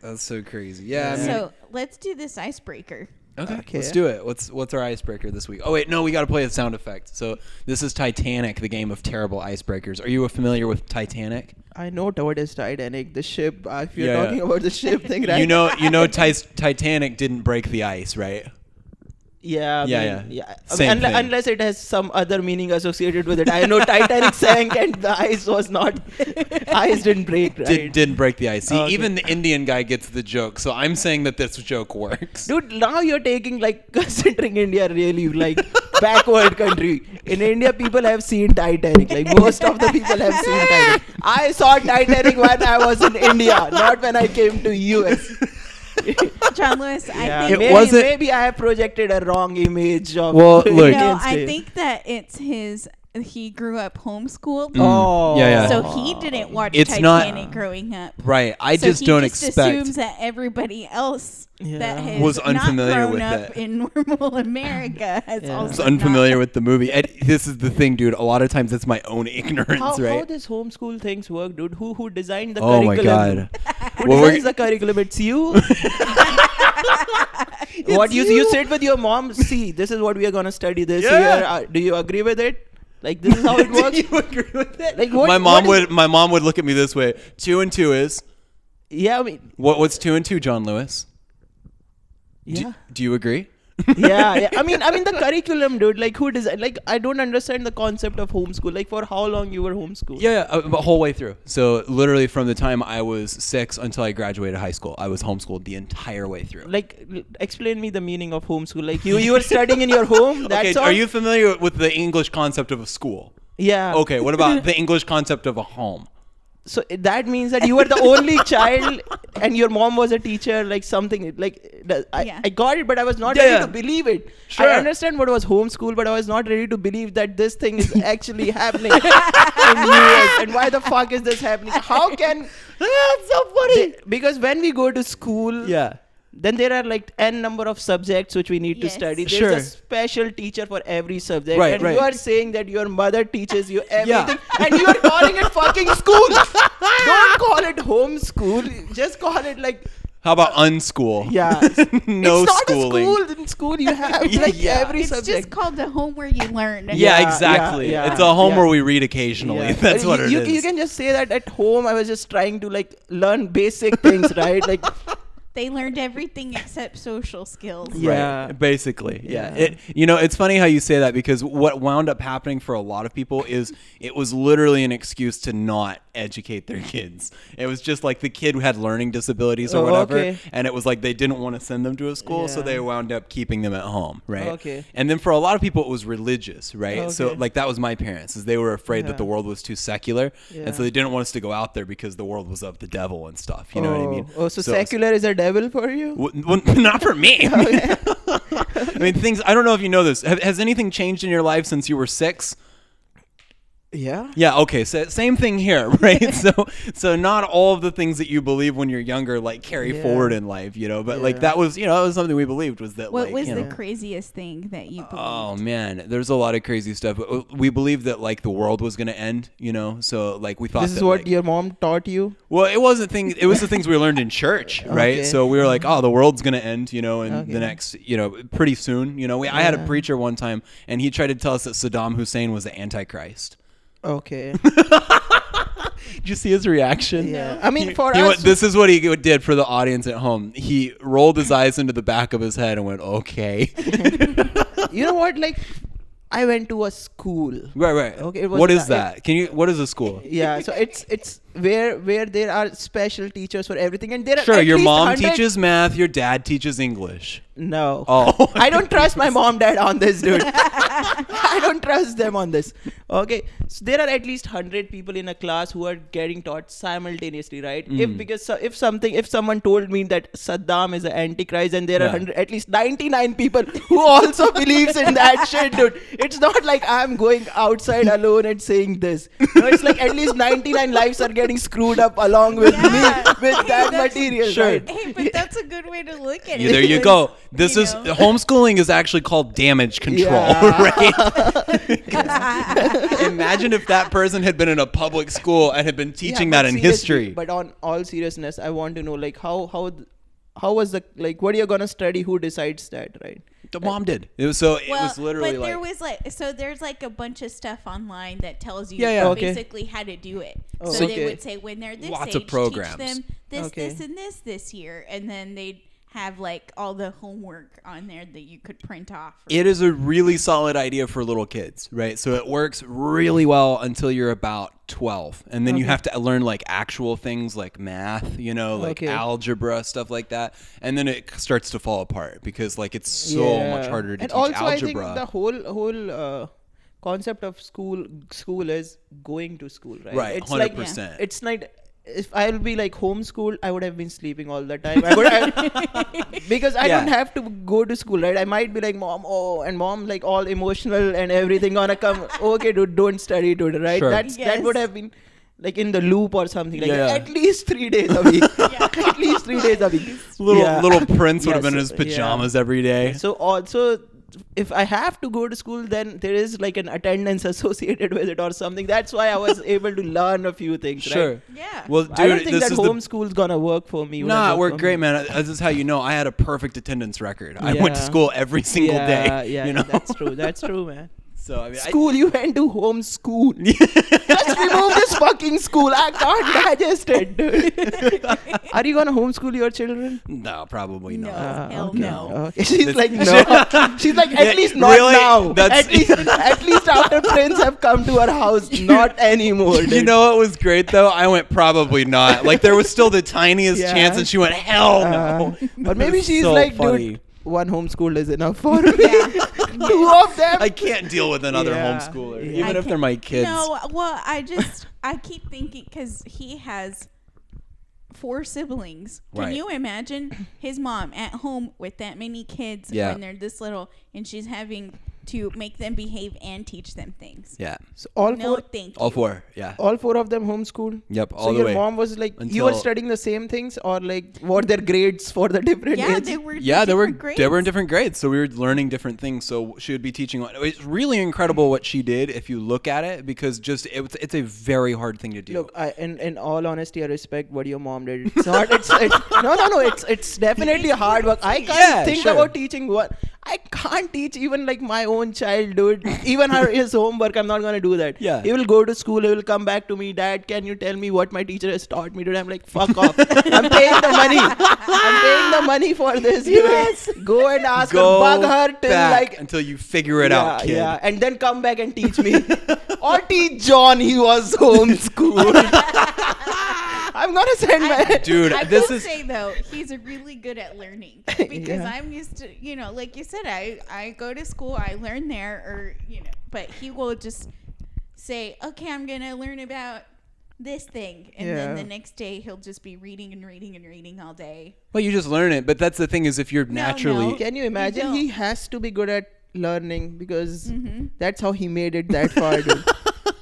Speaker 3: That's so crazy. Yeah. I mean,
Speaker 4: so let's do this icebreaker.
Speaker 3: okay,
Speaker 5: Okay.
Speaker 3: Let's do it. What's what's our icebreaker this week? Oh wait, no, we got to play a sound effect. So this is Titanic, the game of terrible icebreakers. Are you familiar with Titanic?
Speaker 5: I know what is Titanic, the ship. Uh, if you're
Speaker 3: Yeah, yeah.
Speaker 5: talking about the ship thing, right?
Speaker 3: You know, you know, Tis- Titanic didn't break the ice, right?
Speaker 5: Yeah. I
Speaker 3: Yeah,
Speaker 5: mean,
Speaker 3: yeah.
Speaker 5: yeah.
Speaker 3: Same
Speaker 5: Unle-
Speaker 3: thing.
Speaker 5: Unless it has some other meaning associated with it. I know Titanic sank and the ice was not. ice didn't break, right? Oh,
Speaker 3: Did, didn't break the ice. See,
Speaker 5: Okay.
Speaker 3: even the Indian guy gets the joke. So I'm saying that this joke works.
Speaker 5: Dude, now you're taking like considering India really like backward country. In India, people have seen Titanic. Like most of the people have seen Titanic. I saw Titanic when I was in India, not when I came to US.
Speaker 4: John Lewis, I
Speaker 5: maybe,
Speaker 4: think
Speaker 3: It wasn't-
Speaker 5: maybe I have projected a wrong image of.
Speaker 3: Well, look- Mm.
Speaker 4: no.
Speaker 5: Indian
Speaker 4: I
Speaker 5: state.
Speaker 4: think that it's his. He grew up
Speaker 3: Mm-hmm.
Speaker 4: homeschooled,
Speaker 5: Oh.
Speaker 3: Yeah, yeah.
Speaker 4: so he didn't watch
Speaker 3: It's not-
Speaker 4: Titanic growing up.
Speaker 3: Right. I
Speaker 4: So
Speaker 3: just
Speaker 4: he
Speaker 3: don't
Speaker 4: just
Speaker 3: expect.
Speaker 4: assumes that everybody else
Speaker 5: Yeah.
Speaker 4: that has
Speaker 3: Was unfamiliar
Speaker 4: not grown
Speaker 3: with
Speaker 4: up
Speaker 3: it.
Speaker 4: in normal America has
Speaker 5: Yeah.
Speaker 4: also
Speaker 3: was
Speaker 4: not-
Speaker 3: unfamiliar with the movie. And this is the thing, dude. A lot of times it's my own ignorance,
Speaker 5: How, how
Speaker 3: right?
Speaker 5: does homeschool things work, dude? Who who designed the
Speaker 3: oh my
Speaker 5: curriculum?
Speaker 3: god.
Speaker 5: Who
Speaker 3: Well,
Speaker 5: designs
Speaker 3: we're-
Speaker 5: the curriculum? It's you. what you, you sit with your mom? See, this is what we are gonna study this
Speaker 3: Yeah.
Speaker 5: year. Uh, do you agree with it? Like this is how it works.
Speaker 3: Do you agree with that?
Speaker 5: Like, what-
Speaker 3: my mom
Speaker 5: what is-
Speaker 3: would my mom would look at me this way. Two and two is
Speaker 5: yeah, I mean,
Speaker 3: what? What's two and two, John Lewis? Do-
Speaker 5: yeah.
Speaker 3: Do, you agree?
Speaker 5: yeah, yeah. I mean, I mean the curriculum, dude. Like, who does? Like, I don't understand the concept of homeschool. Like, for how long you were homeschooled?
Speaker 3: Yeah, yeah, uh, the whole way through. So literally from the time I was six until I graduated high school, I was homeschooled the entire way through.
Speaker 5: Like, l- explain me the meaning of homeschool. Like, you you were studying in your home. oh, That's
Speaker 3: okay,
Speaker 5: all.
Speaker 3: are you familiar with the English concept of a school?
Speaker 5: Yeah.
Speaker 3: Okay, what about the English concept of a home?
Speaker 5: So i- that means that you were the only child, and your mom was a teacher. Like something. Like, the- I,
Speaker 4: Yeah.
Speaker 5: I got it, but I was not
Speaker 3: Yeah,
Speaker 5: ready
Speaker 3: yeah.
Speaker 5: to believe it.
Speaker 3: Sure.
Speaker 5: I understand what was homeschool, but I was not ready to believe that this thing is actually happening in US. And why the fuck is this happening? How can?
Speaker 3: That's so
Speaker 5: They- because when we go to school,
Speaker 3: Yeah.
Speaker 5: then there are like n number of subjects which we need
Speaker 4: Yes.
Speaker 5: to study. There's
Speaker 3: Sure.
Speaker 5: a special teacher for every subject,
Speaker 3: Right,
Speaker 5: and
Speaker 3: right.
Speaker 5: you are saying that your mother teaches you everything, and you are calling it fucking school. Don't call it home school. Just call it like
Speaker 3: How about unschool?
Speaker 5: yeah.
Speaker 3: no
Speaker 5: it's not
Speaker 3: schooling.
Speaker 5: a school. In school, you have like
Speaker 3: Yeah.
Speaker 5: every
Speaker 4: It's
Speaker 5: subject.
Speaker 4: just called the home where you learn.
Speaker 3: Yeah,
Speaker 5: Yeah,
Speaker 3: exactly.
Speaker 5: yeah,
Speaker 3: It's a home
Speaker 5: yeah.
Speaker 3: where we read occasionally.
Speaker 5: Yeah.
Speaker 3: That's
Speaker 5: Uh,
Speaker 3: what
Speaker 5: you,
Speaker 3: it
Speaker 5: you,
Speaker 3: is.
Speaker 5: You can just say that at home. I was just trying to like learn basic things, right? Like
Speaker 4: They learned everything except social skills.
Speaker 5: Yeah.
Speaker 3: Right. Basically. Yeah.
Speaker 5: Yeah.
Speaker 3: It, you know, it's funny how you say that because what wound up happening for a lot of people is it was literally an excuse to not educate their kids. It was just like the kid had learning disabilities or
Speaker 5: Oh,
Speaker 3: whatever.
Speaker 5: okay.
Speaker 3: And it was like they didn't want to send them to a school, so
Speaker 5: Yeah.
Speaker 3: they wound up keeping them at home. Right.
Speaker 5: Okay.
Speaker 3: And then for a lot of people, it was religious. Right. So,
Speaker 5: Okay.
Speaker 3: like, that was my parents, is they were afraid that
Speaker 5: Yeah.
Speaker 3: the world was too secular. And so
Speaker 5: Yeah.
Speaker 3: they didn't want us to go out there because the world was of the devil and stuff. You know what I
Speaker 5: Oh.
Speaker 3: mean?
Speaker 5: Oh, so,
Speaker 3: it's-
Speaker 5: secular is a devil for you?
Speaker 3: well, well, not for me.
Speaker 4: Oh,
Speaker 3: I mean, things. I don't know if you know this. Have, has anything changed in your life since you were six?
Speaker 5: Yeah.
Speaker 3: Yeah. Okay. So same thing here, right? so so not all of the things that you believe when you're younger like carry
Speaker 5: Yeah.
Speaker 3: forward in life, you know. But like
Speaker 5: Yeah.
Speaker 3: that was you know that was something we believed was that
Speaker 4: What
Speaker 3: like
Speaker 4: was
Speaker 3: you
Speaker 4: the
Speaker 3: know,
Speaker 4: craziest thing that you believed?
Speaker 3: Oh man, there's a lot of crazy stuff. uh, We believed that like the world was gonna end, you know. So like we thought
Speaker 5: This is
Speaker 3: that,
Speaker 5: what
Speaker 3: like-
Speaker 5: your mom taught you.
Speaker 3: Well, it wasn't things. It was the things we learned in church, right?
Speaker 5: Okay. Mm-hmm.
Speaker 3: So we were like, "Oh, the world's gonna end," you know, and the
Speaker 5: Okay.
Speaker 3: next, you know, pretty soon. You know, we, I had a
Speaker 5: Yeah.
Speaker 3: preacher one time, and he tried to tell us that Saddam Hussein was the Antichrist.
Speaker 5: Okay.
Speaker 3: Did you see his reaction?
Speaker 5: yeah. I mean, for
Speaker 3: He
Speaker 5: us,
Speaker 3: went- this is what he did for the audience at home. He rolled his eyes into the back of his head and went, "Okay."
Speaker 5: you know what? Like, I went to a school.
Speaker 3: right, right.
Speaker 5: Okay, it was
Speaker 3: What is
Speaker 5: the-
Speaker 3: that? Can you? What is a school?
Speaker 5: Yeah. So it's it's where where there are special teachers for everything, and there are
Speaker 3: Sure,
Speaker 5: at
Speaker 3: your
Speaker 5: least
Speaker 3: mom
Speaker 5: 100
Speaker 3: teaches math, your dad teaches English.
Speaker 5: No.
Speaker 3: Oh.
Speaker 5: I don't trust my mom dad on this, dude. I don't trust them on this. Okay. So there are at least 100 people in a class who are getting taught simultaneously, right?
Speaker 4: Mm.
Speaker 5: If because so- if something if someone told me that Saddam is an antichrist and there are
Speaker 3: Yeah.
Speaker 5: 100 at least 99 people who also believes in that shit, dude. It's not like I'm going outside alone and saying this. No, it's like at least 99 lives are getting screwed up along with
Speaker 4: Yeah.
Speaker 5: me with
Speaker 4: Hey,
Speaker 5: that
Speaker 4: that's-
Speaker 5: material,
Speaker 3: Sure.
Speaker 5: right?
Speaker 4: Hey, but that's a good way to look at
Speaker 3: Yeah,
Speaker 4: it.
Speaker 3: there you
Speaker 4: because,
Speaker 3: go. This
Speaker 4: you
Speaker 3: is
Speaker 4: know,
Speaker 3: homeschooling is actually called damage control,
Speaker 5: Yeah.
Speaker 3: right? Imagine if that person had been in a public school and had been teaching that
Speaker 5: Yeah, but
Speaker 3: in
Speaker 5: seriously-
Speaker 3: history.
Speaker 5: But on all seriousness, I want to know like how how th- how was the like what are you gonna study? Who decides that, right?
Speaker 3: the mom did. It was so it
Speaker 4: well,
Speaker 3: was literally
Speaker 4: but
Speaker 3: like
Speaker 4: there was like so there's like a bunch of stuff online that tells you
Speaker 3: Yeah, yeah.
Speaker 5: Okay.
Speaker 4: basically how to do it.
Speaker 5: Oh,
Speaker 4: so
Speaker 5: okay.
Speaker 4: they would say when they're this
Speaker 3: Lots
Speaker 4: age,
Speaker 3: of programs.
Speaker 4: teach them this,
Speaker 5: Okay.
Speaker 4: this, and this this year, and then they'd have like all the homework on there that you could print off. or-
Speaker 3: it is a really solid idea for little kids, right? So it works really well until you're about 12. And then you have to learn like actual things like math, you know, like
Speaker 5: Okay.
Speaker 3: algebra, stuff like that. And then it starts to fall apart because like it's so much
Speaker 5: Yeah.
Speaker 3: harder to
Speaker 5: and
Speaker 3: teach
Speaker 5: also,
Speaker 3: algebra.
Speaker 5: I think the whole whole uh, concept of school school is going to school, right?
Speaker 3: Right,
Speaker 5: It's
Speaker 3: 100%.
Speaker 5: like it's like if I'll be like homeschooled, I would have been sleeping all the time. I would have, because I
Speaker 3: Yeah.
Speaker 5: don't have to go to school, right? I might be like mom, oh, and mom like all emotional and everything gonna come. Okay, dude, don't study, dude, right?
Speaker 3: Sure.
Speaker 5: That's that would
Speaker 4: Yes.
Speaker 5: have been. Like in the loop or something like
Speaker 3: Yeah.
Speaker 5: that. At least three days a week. At least three days a week.
Speaker 3: Little
Speaker 5: Yeah.
Speaker 3: little Prince would have
Speaker 5: Yeah,
Speaker 3: been in his
Speaker 5: so- yeah.
Speaker 3: pajamas every day.
Speaker 5: So also, if I have to go to school, then there is like an attendance associated with it or something. That's why I was able to learn a few things. Right?
Speaker 4: yeah.
Speaker 3: Well, dude,
Speaker 5: I don't think
Speaker 3: this
Speaker 5: that
Speaker 3: is the
Speaker 5: homeschool's gonna work for me.
Speaker 3: Nah, it
Speaker 5: it
Speaker 3: worked great, man. Uh, This is how you know I had a perfect attendance record. I went to
Speaker 5: Yeah.
Speaker 3: school every single
Speaker 5: yeah,
Speaker 3: day.
Speaker 5: Yeah,
Speaker 3: you know?
Speaker 5: that's true. That's true, man.
Speaker 3: So I mean, I-
Speaker 5: School, you went to home school. Let's remove this fucking school. I can't digest it, dude. Are you gonna homeschool your children?
Speaker 3: no, probably
Speaker 4: No.
Speaker 3: not.
Speaker 5: Ah,
Speaker 4: Hell
Speaker 5: okay.
Speaker 4: no.
Speaker 5: Okay. She's
Speaker 3: This-
Speaker 5: like no. She's like at
Speaker 3: Yeah,
Speaker 5: least not
Speaker 3: really?
Speaker 5: now.
Speaker 3: That's-
Speaker 5: at least at least after friends have come to her house, not anymore.
Speaker 3: You
Speaker 5: dude.
Speaker 3: know what was great though? I went probably not. Like there was still the tiniest
Speaker 5: Yeah.
Speaker 3: chance, and she went hell no.
Speaker 5: Uh,
Speaker 3: It
Speaker 5: but maybe
Speaker 3: was
Speaker 5: she's
Speaker 3: so
Speaker 5: like,
Speaker 3: funny.
Speaker 5: dude, one homeschool is enough for me. Two of them.
Speaker 3: I can't deal with another
Speaker 5: Yeah.
Speaker 3: homeschooler,
Speaker 5: Yeah.
Speaker 4: I
Speaker 3: even if they're
Speaker 4: can't-
Speaker 3: my kids.
Speaker 4: No, well, I just I keep thinking because he has four siblings. Can
Speaker 3: Right.
Speaker 4: you imagine his mom at home with that many kids
Speaker 3: Yeah.
Speaker 4: when they're this little, and she's having to make them behave and teach them things?
Speaker 3: Yeah,
Speaker 5: So all
Speaker 4: No,
Speaker 5: four.
Speaker 4: thank you.
Speaker 3: all four. Yeah,
Speaker 5: All four of them homeschool.
Speaker 3: Yep,
Speaker 5: so
Speaker 3: all the
Speaker 5: your
Speaker 3: way.
Speaker 5: mom was like, you were
Speaker 3: Until-
Speaker 5: studying the same things, or like, what their grades for the different
Speaker 4: yeah,
Speaker 5: age?
Speaker 4: they were.
Speaker 3: yeah, they were
Speaker 4: different
Speaker 3: they were in
Speaker 4: grades.
Speaker 3: different grades, so we were learning different things. So she would be teaching. It's really incredible what she did if you look at it, because just it's it's a very hard thing to do.
Speaker 5: Look, I, in in all honesty, I respect what your mom did. It's not. It's, it's no, no, no. It's it's definitely hard work. I can't
Speaker 3: Yeah,
Speaker 5: think
Speaker 3: sure.
Speaker 5: about teaching what I can't teach even like my own child, dude. Even her his homework, I'm not gonna do that.
Speaker 3: Yeah.
Speaker 5: He will go to school. He will come back to me, Dad. Can you tell me what my teacher has taught me? Dude, I'm like, fuck off. I'm paying the money. I'm paying the money for this. Dude. Yes. Go and ask
Speaker 3: Go
Speaker 5: her, bug her till
Speaker 3: back
Speaker 5: like
Speaker 3: until you figure it out, kid.
Speaker 5: and then come back and teach me. or teach John he was homeschooled. I'm gonna send my
Speaker 3: Dude,
Speaker 4: I
Speaker 3: this
Speaker 4: will
Speaker 3: is
Speaker 4: say though, he's really good at learning because
Speaker 5: Yeah.
Speaker 4: I'm used to, you know, like you said, I I go to school, I learn there, or you know, but he will just say, okay, I'm gonna learn about this thing, and then
Speaker 5: Yeah.
Speaker 4: the next day he'll just be reading and reading and reading all day.
Speaker 3: well, you just learn it. But that's the thing is, if you're naturally
Speaker 4: no.
Speaker 5: Can you imagine?
Speaker 4: don't. Mm-hmm.
Speaker 5: He has to be good at learning because that's how he made it that far. dude.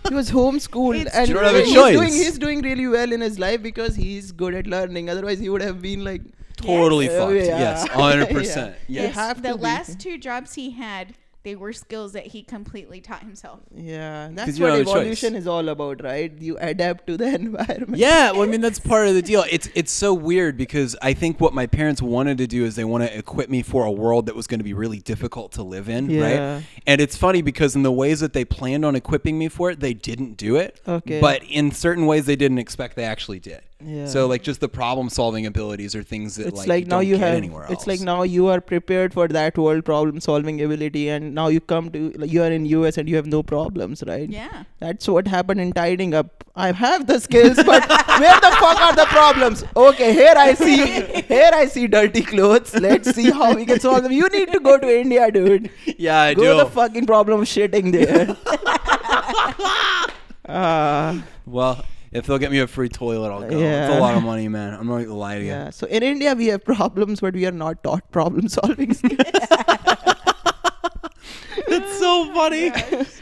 Speaker 5: He was homeschooled
Speaker 4: It's
Speaker 5: and
Speaker 3: You don't have a
Speaker 5: he's
Speaker 3: choice.
Speaker 5: doing he's doing really well in his life because he's good at learning. Otherwise he would have been like
Speaker 3: totally
Speaker 5: Yes.
Speaker 3: fucked,
Speaker 5: Oh, yeah.
Speaker 3: yes, hundred percent,
Speaker 5: Yeah.
Speaker 3: yes.
Speaker 5: You have
Speaker 4: the
Speaker 5: to be.
Speaker 4: last two jobs he had, they were skills that he completely taught himself.
Speaker 5: Yeah. That's
Speaker 3: you
Speaker 5: what
Speaker 3: don't have a choice.
Speaker 5: evolution is all about, right? You adapt to the environment.
Speaker 3: Yeah, well, I mean that's part of the deal. It's it's so weird because I think what my parents wanted to do is they want to equip me for a world that was going to be really difficult to live in,
Speaker 5: Yeah.
Speaker 3: right? And it's funny because in the ways that they planned on equipping me for it, they didn't do it.
Speaker 5: Okay.
Speaker 3: But in certain ways, they didn't expect they actually did.
Speaker 5: Yeah.
Speaker 3: So like just the problem solving abilities are things that
Speaker 5: it's
Speaker 3: like,
Speaker 5: like,
Speaker 3: you
Speaker 5: now
Speaker 3: don't
Speaker 5: you
Speaker 3: get
Speaker 5: have
Speaker 3: anywhere else.
Speaker 5: it's like now you are prepared for that world problem solving ability and now you come to like, you are in us and you have no problems right
Speaker 4: Yeah.
Speaker 5: that's what happened in tidying up i have the skills but where the fuck are the problems okay here i see here i see dirty clothes let's see how we can solve them you need to go to india dude
Speaker 3: yeah, I
Speaker 5: go
Speaker 3: do.
Speaker 5: the fucking problem of shitting there Ah.
Speaker 3: well, if they'll get me a free toilet, I'll go. It's
Speaker 5: Yeah.
Speaker 3: a lot of money, man. I'm not gonna lie to you.
Speaker 5: Yeah. So in India, we have problems, but we are not taught problem solving skills.
Speaker 3: That's so funny.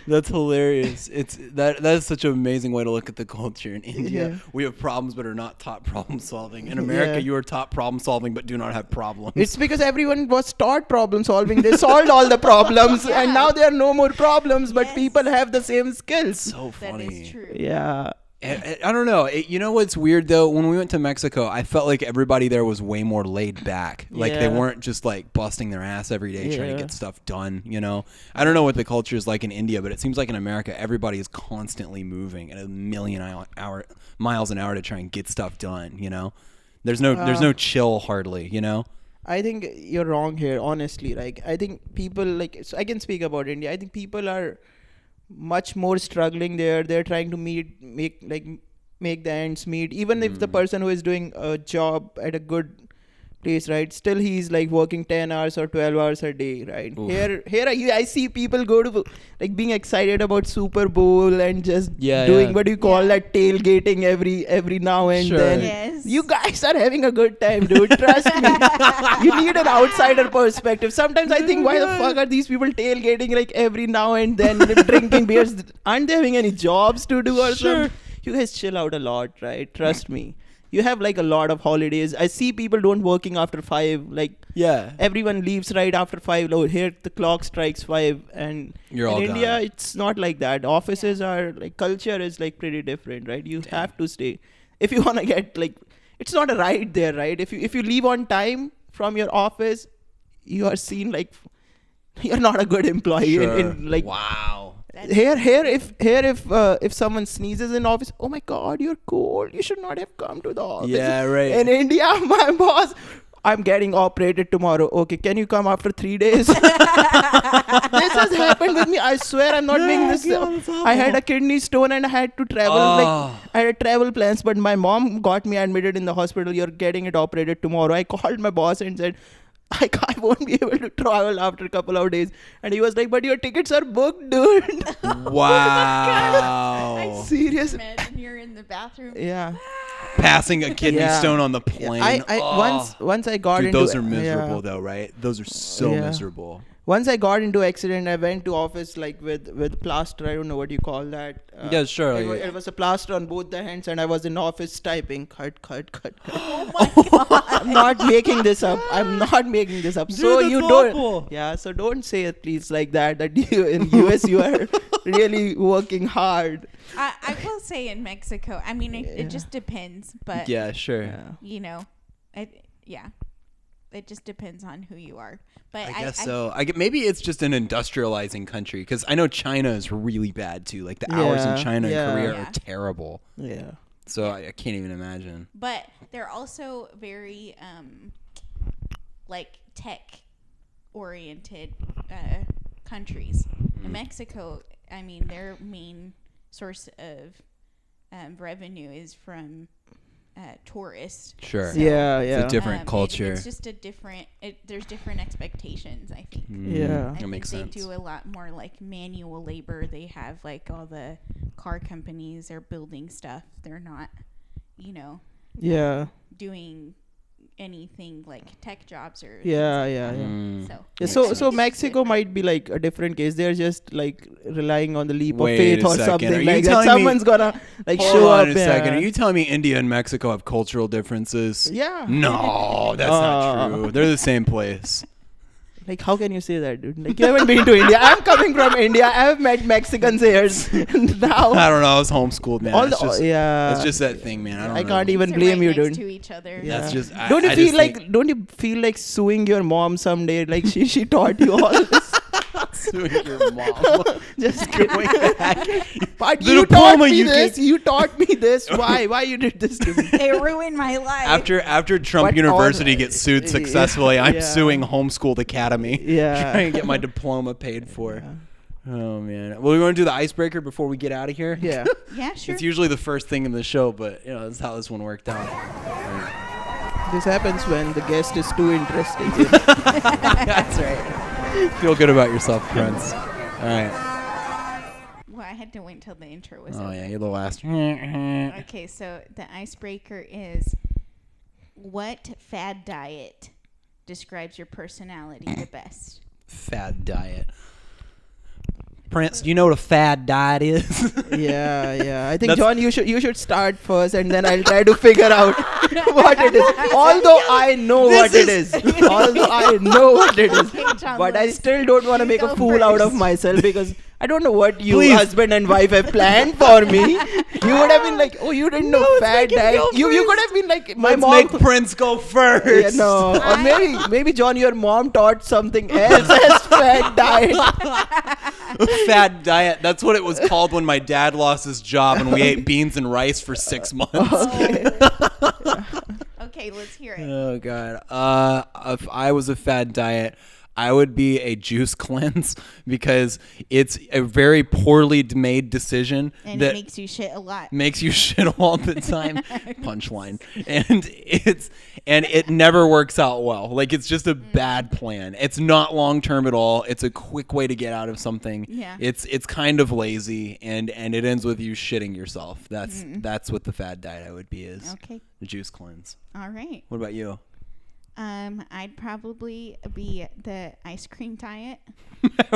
Speaker 3: That's hilarious. It's that that is such an amazing way to look at the culture in India.
Speaker 5: Yeah.
Speaker 3: We have problems but are not taught problem solving. In America,
Speaker 5: Yeah.
Speaker 3: you are taught problem solving but do not have problems.
Speaker 5: It's because everyone was taught problem solving. They solved all the problems, and now there are no more problems, but
Speaker 4: Yes.
Speaker 5: people have the same skills.
Speaker 3: so
Speaker 4: That is
Speaker 3: funny.
Speaker 4: true.
Speaker 5: Yeah.
Speaker 3: I, Eh, I- I don't know. It- you know what's weird though? When we went to Mexico, I felt like everybody there was way more laid back. Like they
Speaker 5: Yeah.
Speaker 3: weren't just like busting their ass every day trying to
Speaker 5: Yeah.
Speaker 3: get stuff done. You know, I don't know what the culture is like in India, but it seems like in America, everybody is constantly moving at a million hour, hour miles an hour to try and get stuff done. You know, there's no there's no chill hardly. You know,
Speaker 5: I think you're wrong here, honestly. Like, I think people, like, so I can speak about India. I think people are much more struggling there. They're trying to meet, make, like, make the ends meet. Even if the
Speaker 3: Hmm.
Speaker 5: person who is doing a job at a good place, right, still he's like working 10 hours or 12 hours a day, right? Here, here I, I see people go to, like, being excited about Super Bowl and just
Speaker 3: Yeah,
Speaker 5: doing
Speaker 3: yeah.
Speaker 5: what do you call that tailgating every every now and
Speaker 3: Sure.
Speaker 5: then.
Speaker 4: Yes.
Speaker 5: You guys are having a good time, dude. Trust me. you need an outsider perspective. Sometimes I think, why the fuck are these people tailgating like every now and then, drinking beers? Aren't they having any jobs to do or something? You guys chill out a lot, right? Trust me. You have like a lot of holidays. I see people don't working after five. Like
Speaker 3: yeah,
Speaker 5: everyone leaves right after five. Like here the clock strikes five, and
Speaker 3: You're
Speaker 5: in
Speaker 3: all
Speaker 5: India
Speaker 3: done.
Speaker 5: it's not like that. Offices are like culture is like pretty different, right? You have to stay if you wanna get like it's not a ride there, right? If you if you leave on time from your office, you are seen like you're not a good employee in, in like
Speaker 3: wow.
Speaker 4: That's-
Speaker 5: here here if here if uh, if someone sneezes in office oh my god you're cold you should not have come to the office
Speaker 3: Yeah, right.
Speaker 5: in Oh india my boss i'm getting operated tomorrow okay can you come after three days this has happened with me i swear i'm not making this up. i had a kidney stone and i had to travel
Speaker 3: Oh.
Speaker 5: like i had travel plans but my mom got me admitted in the hospital you're getting it operated tomorrow i called my boss and said I, ca- I won't be able to travel after a couple of days. And he was like, But your tickets are booked, dude.
Speaker 3: Wow.
Speaker 5: Serious.
Speaker 4: Imagine you're in the bathroom.
Speaker 5: Yeah.
Speaker 3: Passing a kidney
Speaker 5: Yeah.
Speaker 3: stone on the plane.
Speaker 5: I, I
Speaker 3: Oh.
Speaker 5: once once I got
Speaker 3: Dude,
Speaker 5: into
Speaker 3: those are miserable
Speaker 5: yeah.
Speaker 3: though, right? Those are so
Speaker 5: Yeah.
Speaker 3: miserable.
Speaker 5: Once I got into accident, I went to office like with with plaster. I don't know what you call that. Uh,
Speaker 3: Yeah, sure,
Speaker 5: It, wa-
Speaker 3: yeah.
Speaker 5: it was a plaster on both the hands, and I was in office typing. Cut, cut, cut. cut.
Speaker 4: Oh
Speaker 5: I'm not making this up. I'm not making this up. so
Speaker 3: that's
Speaker 5: you
Speaker 3: awful.
Speaker 5: don't. Yeah. So don't say it, please, like that. That you in US you are really working hard.
Speaker 4: I, I will say in Mexico. I mean, it,
Speaker 5: Yeah.
Speaker 4: it just depends, but
Speaker 3: Yeah, sure.
Speaker 5: Yeah.
Speaker 4: you know, it yeah, it just depends on who you are. But
Speaker 3: I guess so. I, gue- maybe it's just an industrializing country because I know China is really bad too. Like the hours in
Speaker 5: Yeah,
Speaker 3: China
Speaker 5: yeah.
Speaker 3: and Korea
Speaker 4: Yeah.
Speaker 3: are terrible.
Speaker 5: Yeah.
Speaker 3: So I, I can't even imagine.
Speaker 4: but they're also very um like tech oriented uh, countries
Speaker 3: Mm.
Speaker 4: In mexico i mean their main source of um, revenue is from uh, tourists
Speaker 3: Sure.
Speaker 5: Yeah.
Speaker 3: It's
Speaker 5: Yeah.
Speaker 3: a different
Speaker 4: Um, it-
Speaker 3: culture.
Speaker 4: it's just a different it, there's different expectations i think I
Speaker 5: yeah.
Speaker 3: Hmm. That makes
Speaker 4: think They
Speaker 3: sense.
Speaker 4: do a lot more like manual labor. They have like all the car companies are building stuff. They're not, you know,
Speaker 5: Yeah.
Speaker 4: doing anything like tech jobs or things
Speaker 5: Yeah.
Speaker 4: like
Speaker 5: Yeah.
Speaker 4: that.
Speaker 5: yeah.
Speaker 3: Mm.
Speaker 4: So
Speaker 5: Yeah,
Speaker 3: Makes
Speaker 5: so so
Speaker 4: sense.
Speaker 5: Mexico might be like a different case. They're just like relying on the leap
Speaker 3: Wait
Speaker 5: of faith
Speaker 3: a
Speaker 5: or
Speaker 3: second,
Speaker 5: something
Speaker 3: are you
Speaker 5: like that.
Speaker 3: telling me-
Speaker 5: Someone's gonna like
Speaker 3: Hold
Speaker 5: show
Speaker 3: on
Speaker 5: up.
Speaker 3: a
Speaker 5: yeah.
Speaker 3: second. Are you telling me India and Mexico have cultural differences?
Speaker 5: Yeah.
Speaker 3: No, that's
Speaker 5: Uh.
Speaker 3: not true. They're the same place.
Speaker 5: like how can you say that, dude? Like you haven't been to India. I'm coming from India. I've met Mexicans here and
Speaker 3: I
Speaker 5: now.
Speaker 3: don't know. I was homeschooled, man.
Speaker 5: Oh. All
Speaker 3: it's
Speaker 5: the-
Speaker 3: just,
Speaker 5: yeah.
Speaker 3: it's just that thing, man. I don't
Speaker 5: I
Speaker 3: know.
Speaker 5: can't even
Speaker 4: They're
Speaker 5: blame
Speaker 4: right
Speaker 5: you,
Speaker 4: next
Speaker 5: dude.
Speaker 4: to each other.
Speaker 5: Yeah.
Speaker 3: That's just. I,
Speaker 5: don't you
Speaker 3: I
Speaker 5: feel
Speaker 3: just
Speaker 5: like
Speaker 3: think-
Speaker 5: don't you feel like suing your mom someday? Like she she taught you all this.
Speaker 3: suing your mom?
Speaker 5: Just
Speaker 3: Going back.
Speaker 5: but
Speaker 3: The
Speaker 5: you taught
Speaker 3: diploma
Speaker 5: me
Speaker 3: you
Speaker 5: this.
Speaker 3: gave-
Speaker 5: You taught me this. Why why you did this to me?
Speaker 4: They ruined my life.
Speaker 3: After after Trump
Speaker 5: But
Speaker 3: University
Speaker 5: all-
Speaker 3: gets sued
Speaker 5: Yeah.
Speaker 3: successfully, I'm
Speaker 5: Yeah.
Speaker 3: suing homeschooled academy.
Speaker 5: Yeah.
Speaker 3: trying to get my diploma paid for. Oh man. Well, we want to do the icebreaker before we get out of here.
Speaker 5: Yeah.
Speaker 4: yeah, sure.
Speaker 3: it's usually the first thing in the show, but you know that's how this one worked out.
Speaker 5: This happens when the guest is too interesting.
Speaker 3: that's right. Feel good about yourself, Prince. All right.
Speaker 4: well, I had to wait until the intro was
Speaker 3: Oh
Speaker 4: over.
Speaker 3: yeah, you're the last.
Speaker 4: Okay, so the icebreaker is what fad diet describes your personality the best?
Speaker 3: Fad diet. Prince, do you know what a fad diet is?
Speaker 5: yeah, yeah. I think
Speaker 3: That's-
Speaker 5: John, you should you should start first, and then I'll try to figure out what it is. Although I know what it is, although I know what it is,
Speaker 4: Okay, John,
Speaker 5: but I
Speaker 4: let's-
Speaker 5: still don't want to
Speaker 4: you
Speaker 5: make
Speaker 4: go
Speaker 5: a fool out of
Speaker 4: first.
Speaker 5: myself because I don't know what you
Speaker 3: Please.
Speaker 5: husband and wife have planned for me. You would have been like, oh, you didn't know fat diet. You you could have been like, my
Speaker 3: Let's
Speaker 5: mom.
Speaker 3: make Prince go first.
Speaker 5: Yeah, no, or maybe maybe John, your mom taught something else as fat diet.
Speaker 3: fad diet. That's what it was called when my dad lost his job and we ate beans and rice for six months.
Speaker 4: Okay, let's hear it.
Speaker 3: Oh god. Uh, if I was a fad diet, I would be a juice cleanse because it's a very poorly d- made decision
Speaker 4: and
Speaker 3: that
Speaker 4: it makes you shit a lot.
Speaker 3: makes you shit all the time. Punchline. And it's and it never works out well. Like it's just a
Speaker 4: Mm.
Speaker 3: bad plan. It's not long term at all. It's a quick way to get out of something.
Speaker 4: Yeah.
Speaker 3: It's it's kind of lazy and and it ends with you shitting yourself. That's that's what the fad diet I would be is.
Speaker 4: Okay.
Speaker 3: The juice cleanse.
Speaker 4: All right.
Speaker 3: What about you?
Speaker 4: Um, I'd probably be the ice cream diet.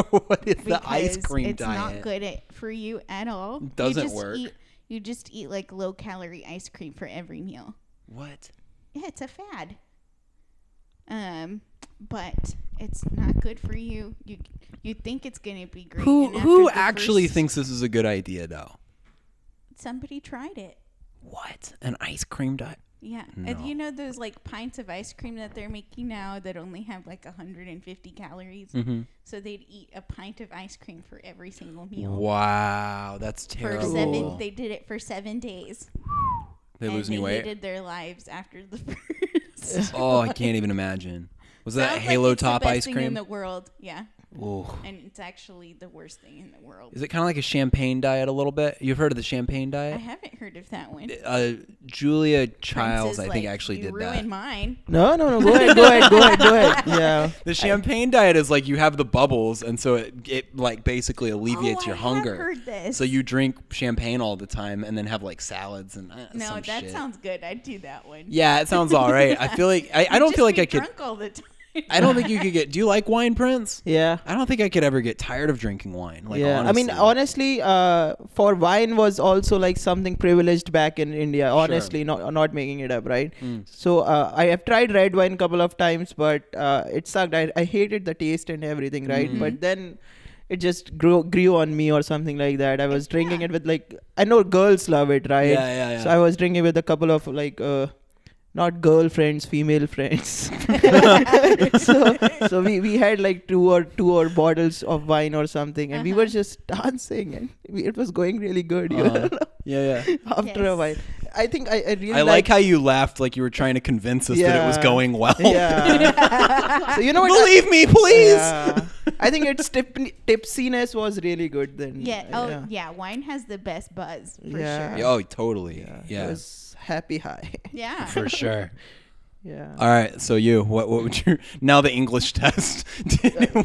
Speaker 3: what is the ice
Speaker 4: because
Speaker 3: cream
Speaker 4: it's
Speaker 3: diet?
Speaker 4: not good at, for you at all. You
Speaker 3: Doesn't
Speaker 4: just
Speaker 3: work.
Speaker 4: Eat, you just eat like low calorie ice cream for every meal.
Speaker 3: What?
Speaker 4: Yeah, it's a fad. Um, but it's not good for you. You you think it's gonna be great.
Speaker 3: Who
Speaker 4: and
Speaker 3: who
Speaker 4: after the
Speaker 3: actually
Speaker 4: first-
Speaker 3: thinks this is a good idea though?
Speaker 4: somebody tried it?
Speaker 3: What? An ice cream diet?
Speaker 4: Yeah.
Speaker 3: No.
Speaker 4: And you know those like pints of ice cream that they're making now that only have like 150 calories?
Speaker 3: Mm-hmm.
Speaker 4: So they'd eat a pint of ice cream for every single meal.
Speaker 3: Wow, that's
Speaker 4: For
Speaker 3: terrible.
Speaker 4: seven, they did it for seven days.
Speaker 3: they
Speaker 4: and
Speaker 3: lose any
Speaker 4: they
Speaker 3: weight.
Speaker 4: hated their lives after the first.
Speaker 3: Oh, I can't even imagine. Was that
Speaker 4: Sounds like
Speaker 3: Halo
Speaker 4: it's the
Speaker 3: Top
Speaker 4: best
Speaker 3: ice
Speaker 4: thing
Speaker 3: cream?
Speaker 4: in the world. Yeah,
Speaker 3: Ooh.
Speaker 4: and it's actually the worst thing in the world.
Speaker 3: Is it kind of like a champagne diet a little bit? You've heard of the champagne
Speaker 4: I
Speaker 3: diet?
Speaker 4: haven't heard of that one.
Speaker 3: Uh, Julia Childs,
Speaker 4: Prince is
Speaker 3: I think,
Speaker 4: like,
Speaker 3: actually
Speaker 4: you
Speaker 3: did
Speaker 4: ruined
Speaker 3: that.
Speaker 4: mine.
Speaker 5: No, no, no. Go ahead, go ahead, go ahead, go ahead. Yeah.
Speaker 3: The champagne diet is like you have the bubbles, and so it, it like basically alleviates
Speaker 4: Oh,
Speaker 3: your
Speaker 4: I have
Speaker 3: hunger.
Speaker 4: heard this.
Speaker 3: So you drink champagne all the time, and then have like salads and uh,
Speaker 4: No,
Speaker 3: some
Speaker 4: that
Speaker 3: shit.
Speaker 4: sounds good. I'd do that one.
Speaker 3: Yeah, it sounds all right. I feel like I, I
Speaker 4: You'd
Speaker 3: don't
Speaker 4: just
Speaker 3: feel like
Speaker 4: be
Speaker 3: I could.
Speaker 4: drunk all the time.
Speaker 3: I don't think you could get. Do you like wine, Prince?
Speaker 5: Yeah.
Speaker 3: I don't think I could ever get tired of drinking wine. Like,
Speaker 5: yeah, I mean,
Speaker 3: honestly.
Speaker 5: honestly, uh, for wine was also like something privileged back in India. Honestly, not not making it up, right?
Speaker 3: Hmm.
Speaker 5: So uh, I have tried red wine couple of times, but uh, it sucked. I, I hated the taste and everything, right?
Speaker 3: Hmm.
Speaker 5: But then it just grew grew on me or something like that. I was drinking it with like I know girls love it, right?
Speaker 3: Yeah, yeah, yeah.
Speaker 5: So I was drinking with a couple of like. Uh, not girlfriends, female friends. so, so we, we had like two or two or bottles of wine or something, and we were just dancing, and we, it was going really good. you
Speaker 3: Uh-huh.
Speaker 5: know,
Speaker 3: yeah, yeah.
Speaker 5: after a
Speaker 4: Yes.
Speaker 5: while, I think I, I really
Speaker 3: I like how you laughed like you were trying to convince us that it was
Speaker 5: Yeah.
Speaker 3: going well.
Speaker 5: yeah. so you know what? I-
Speaker 3: Believe me, please.
Speaker 5: Yeah. I think its tip, tipsiness was really good then.
Speaker 4: Yeah. Oh, yeah. Wine has the best buzz for
Speaker 5: Mm, Yeah.
Speaker 4: sure.
Speaker 3: Oh, totally. Yeah.
Speaker 5: It was happy high.
Speaker 4: Yeah.
Speaker 3: For sure.
Speaker 5: yeah.
Speaker 3: All right. So you, what, what would you now the English test?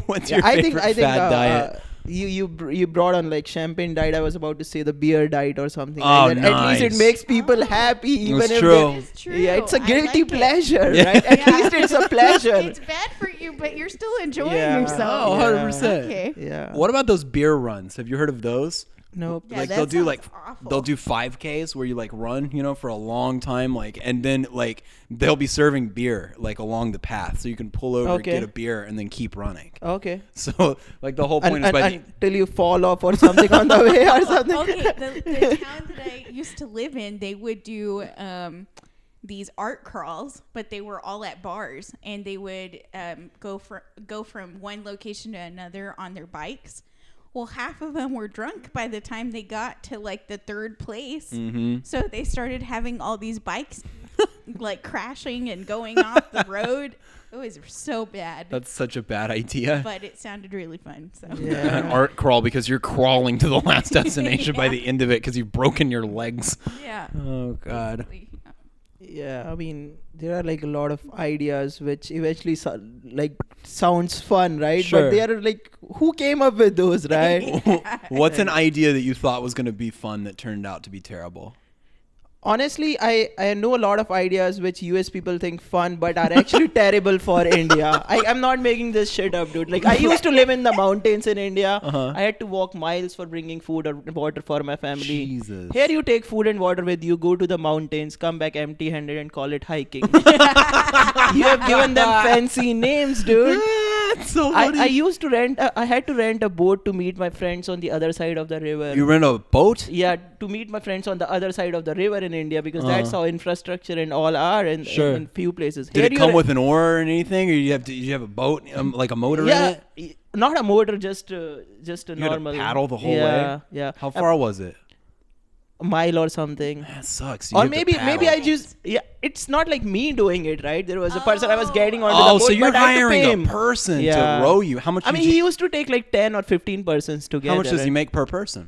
Speaker 3: What's your favorite fad
Speaker 5: uh,
Speaker 3: diet?
Speaker 5: uh, you you br- you brought on like champagne diet. I was about to say the beer diet or something.
Speaker 3: Oh,
Speaker 5: like that. At least
Speaker 3: nice.
Speaker 5: it makes people happy. Even
Speaker 3: It's
Speaker 5: if
Speaker 3: true.
Speaker 5: they-
Speaker 4: It is true.
Speaker 5: Yeah, it's a
Speaker 4: I
Speaker 5: guilty
Speaker 4: like it.
Speaker 5: pleasure,
Speaker 3: Yeah.
Speaker 5: right? At
Speaker 4: Yeah.
Speaker 5: least it's a pleasure.
Speaker 4: It's bad for you, but you're still enjoying
Speaker 5: Yeah.
Speaker 3: Oh,
Speaker 4: yourself.
Speaker 5: Yeah.
Speaker 3: 100%.
Speaker 4: Okay.
Speaker 5: yeah.
Speaker 3: What about those beer runs? Have you heard of those?
Speaker 5: Nope.
Speaker 4: Yeah,
Speaker 3: like
Speaker 4: that
Speaker 3: they'll do
Speaker 4: sounds
Speaker 3: like
Speaker 4: awful.
Speaker 3: they'll do 5Ks where you like run, you know, for a long time like and then like they'll be serving beer like along the path so you can pull over,
Speaker 5: Okay.
Speaker 3: get a beer and then keep running.
Speaker 5: Okay.
Speaker 3: So like the whole point
Speaker 5: Un-
Speaker 3: is
Speaker 5: un-
Speaker 3: by the,
Speaker 5: until you fall off or something on the way or something.
Speaker 4: Oh, Okay, the, the town that I used to live in, they would do um, these art crawls, but they were all at bars, and they would um, go for go from one location to another on their bikes. Well, half of them were drunk by the time they got to like the third place,
Speaker 5: Mm-hmm.
Speaker 4: so they started having all these bikes like crashing and going off the road. It was so bad,
Speaker 3: that's such a bad idea.
Speaker 4: but it sounded really fun. So
Speaker 3: an art crawl because you're crawling to the last destination by the end of it because you've broken your legs.
Speaker 4: yeah.
Speaker 5: Uh,
Speaker 3: Oh god.
Speaker 4: basically.
Speaker 5: Yeah, I mean, there are like a lot of ideas which eventually so- like sounds fun, right?
Speaker 3: Sure.
Speaker 5: But they are like, who came up with those, right?
Speaker 3: What's an idea that you thought was going to be fun that turned out to be terrible?
Speaker 5: Honestly, I I know a lot of ideas which US people think fun, but are actually terrible for India. I I'm not making this shit up, dude. Like I used to live in the mountains in India.
Speaker 3: Uh-huh.
Speaker 5: I had to walk miles for bringing food or water for my family.
Speaker 3: Jesus.
Speaker 5: Here you take food and water with you, go to the mountains, come back empty-handed, and call it hiking. you have given them fancy names, dude.
Speaker 3: That's so
Speaker 5: I,
Speaker 3: funny.
Speaker 5: I used to rent. A, I had to rent a boat to meet my friends on the other side of the river.
Speaker 3: you rent a boat?
Speaker 5: yeah, to meet my friends on the other side of the river in India because that's
Speaker 3: Uh-huh.
Speaker 5: how infrastructure and all are in,
Speaker 3: Sure.
Speaker 5: in, in few places.
Speaker 3: Did
Speaker 5: Here
Speaker 3: it
Speaker 5: you
Speaker 3: come
Speaker 5: re-
Speaker 3: with an oar or anything, or you have to? Did you have a boat, um, like a motor in
Speaker 5: Yeah,
Speaker 3: it?
Speaker 5: y- not a motor, just uh, just a
Speaker 3: You had to
Speaker 5: normal
Speaker 3: paddle the whole way?
Speaker 5: yeah, Yeah,
Speaker 3: How far was it?
Speaker 5: A mile or something.
Speaker 3: That sucks. You
Speaker 5: Or
Speaker 3: have to
Speaker 5: maybe maybe I
Speaker 3: paddle.
Speaker 5: just yeah. It's not like me doing it, right? There was a person I was getting onto
Speaker 3: Oh,
Speaker 5: the boat.
Speaker 3: so you're
Speaker 5: but I had to pay
Speaker 3: hiring a
Speaker 5: him.
Speaker 3: person
Speaker 5: Yeah.
Speaker 3: to row you? How much?
Speaker 5: I
Speaker 3: did
Speaker 5: mean,
Speaker 3: you-
Speaker 5: he used to take like ten or fifteen persons together.
Speaker 3: how much does he
Speaker 5: and,
Speaker 3: make per person?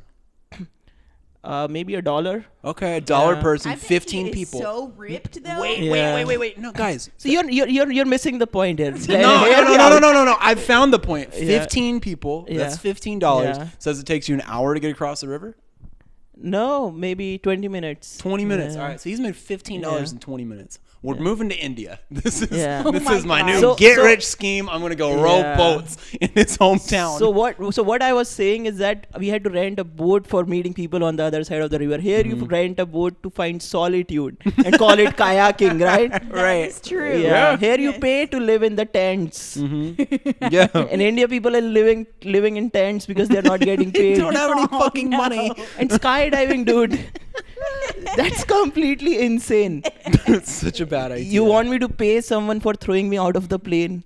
Speaker 5: Uh, maybe a dollar.
Speaker 3: Okay, a dollar
Speaker 5: Yeah.
Speaker 3: person,
Speaker 4: I bet he
Speaker 3: fifteen
Speaker 4: is
Speaker 3: people.
Speaker 4: So ripped though.
Speaker 3: Wait,
Speaker 5: Yeah.
Speaker 3: wait, wait, wait, wait. No, guys.
Speaker 5: So you're you're you're, you're missing the point here.
Speaker 3: No, no, no, no, no, no, no, no. I've found the point.
Speaker 5: Yeah.
Speaker 3: 15 people, that's
Speaker 5: Yeah.
Speaker 3: $15,
Speaker 5: Yeah.
Speaker 3: says it takes you an hour to get across the river.
Speaker 5: No, maybe twenty minutes.
Speaker 3: 20 minutes.
Speaker 5: Yeah.
Speaker 3: All right. So he's made $15
Speaker 5: Yeah.
Speaker 3: in 20 minutes. We're moving to India. This is
Speaker 5: Yeah. Oh
Speaker 3: this
Speaker 4: my
Speaker 3: is my
Speaker 4: God.
Speaker 3: new
Speaker 5: So-
Speaker 3: get
Speaker 5: so-
Speaker 3: rich scheme. I'm going to go row
Speaker 5: Yeah.
Speaker 3: boats in his hometown.
Speaker 5: So what? So what I was saying is that we had to rent a boat for meeting people on the other side of the river. Here you rent a boat to find solitude and call it kayaking, right?
Speaker 4: That is true.
Speaker 5: Yeah. Here you
Speaker 4: Yes.
Speaker 5: pay to live in the tents.
Speaker 3: yeah.
Speaker 5: In India, people are living living in tents because they're not getting paid.
Speaker 3: don't have any fucking money.
Speaker 5: and skydiving, dude. That's completely insane.
Speaker 3: it's such a bad idea.
Speaker 5: You want me to pay someone for throwing me out of the plane?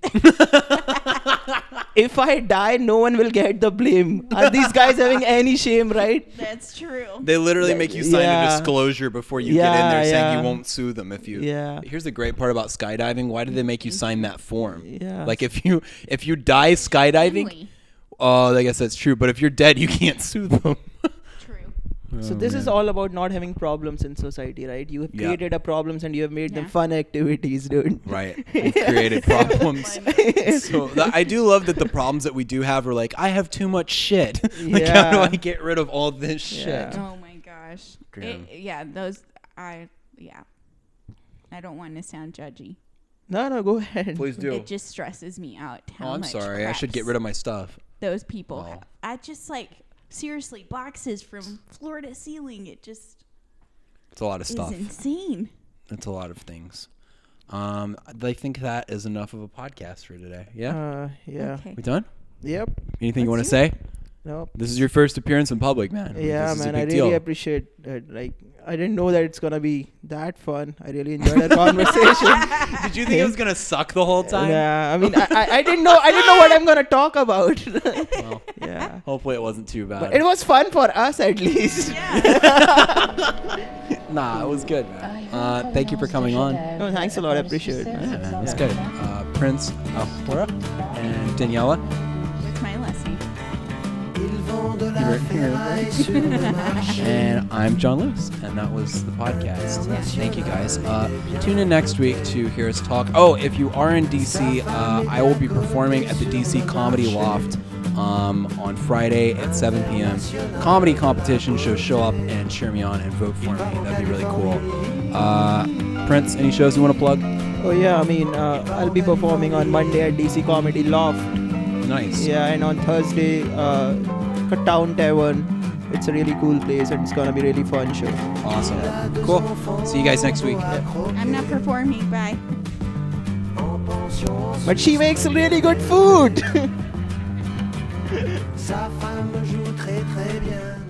Speaker 5: if I die, no one will get the blame. Are these guys having any shame, right?
Speaker 4: That's true.
Speaker 3: They literally make you sign a
Speaker 5: Yeah.
Speaker 3: disclosure before you get in
Speaker 5: Yeah,
Speaker 3: there saying
Speaker 5: yeah.
Speaker 3: you won't sue them if you.
Speaker 5: Yeah.
Speaker 3: Here's the great part about skydiving. Why do they make you sign that form?
Speaker 5: Yeah.
Speaker 3: Like if you if you die skydiving,
Speaker 4: Family.
Speaker 3: oh, I guess that's true. But if you're dead, you can't sue them. Oh,
Speaker 4: True.
Speaker 5: so this is all about not having problems in society, right? You have
Speaker 3: mm. Yeah.
Speaker 5: created a problems and you have made them
Speaker 4: Yeah.
Speaker 5: fun activities, dude.
Speaker 3: right. We've created problems. so th- I do love that the problems that we do have are like I have too much shit. like how do
Speaker 5: Yeah.
Speaker 3: I get rid of all this shit?
Speaker 5: Yeah.
Speaker 4: Oh my gosh.
Speaker 3: Grim.
Speaker 4: It- yeah, those I yeah. I don't want to sound judgy.
Speaker 5: No, no, go ahead.
Speaker 3: Please do.
Speaker 4: It just stresses me out. How
Speaker 3: Oh, I'm
Speaker 4: much
Speaker 3: Oh, sorry. I should
Speaker 4: craps
Speaker 3: get rid of my stuff.
Speaker 4: those people.
Speaker 3: Oh.
Speaker 4: I just like seriously boxes from floor to ceiling. It just
Speaker 3: It's a lot of stuff.
Speaker 4: is insane.
Speaker 3: It's a lot of things. Um, I think that is enough of a podcast for today. Yeah,
Speaker 5: Uh, yeah.
Speaker 4: Okay.
Speaker 3: we done?
Speaker 5: Yep.
Speaker 3: Anything you want to
Speaker 5: That's
Speaker 3: say?
Speaker 5: Nope.
Speaker 3: This is your first appearance in public, man. Like,
Speaker 5: Yeah,
Speaker 3: this is a
Speaker 5: man, I
Speaker 3: big
Speaker 5: really
Speaker 3: deal.
Speaker 5: appreciate it. Like, I didn't know that it's gonna be that fun. I really enjoyed our conversation.
Speaker 3: Did you think it was gonna suck the whole time?
Speaker 5: yeah, I mean, I, I, I didn't know, I didn't know what I'm gonna talk about.
Speaker 3: Well,
Speaker 5: yeah,
Speaker 3: hopefully it wasn't too bad.
Speaker 5: but it was fun for us at least.
Speaker 3: nah, it was good, man. Uh, thank you for coming on. Yeah,
Speaker 5: No, thanks a lot. I appreciate it.
Speaker 3: man, it was good. Uh, Prince Ahura and Daniela.
Speaker 4: What's my last name?
Speaker 3: and I'm John Lewis, and that was the podcast. Thank you guys. Uh, tune in next week to hear us talk. Oh, if you are in DC, uh, I will be performing at the DC Comedy Loft um, on Friday at 7 p.m. Comedy competition, so show up and cheer me on and vote for me. That'd be really cool. Uh, Prince, any shows you want to plug?
Speaker 5: Oh yeah, I mean, uh, I'll be performing on Monday at DC Comedy Loft.
Speaker 3: Nice.
Speaker 5: Yeah, and on Thursday, uh, Town Tavern. It's a really cool place, and it's gonna be really fun show.
Speaker 3: Awesome. Cool. See you guys next week.
Speaker 4: I'm not performing. Bye.
Speaker 5: But she makes really good food.
Speaker 2: Sa femme joue très très bien.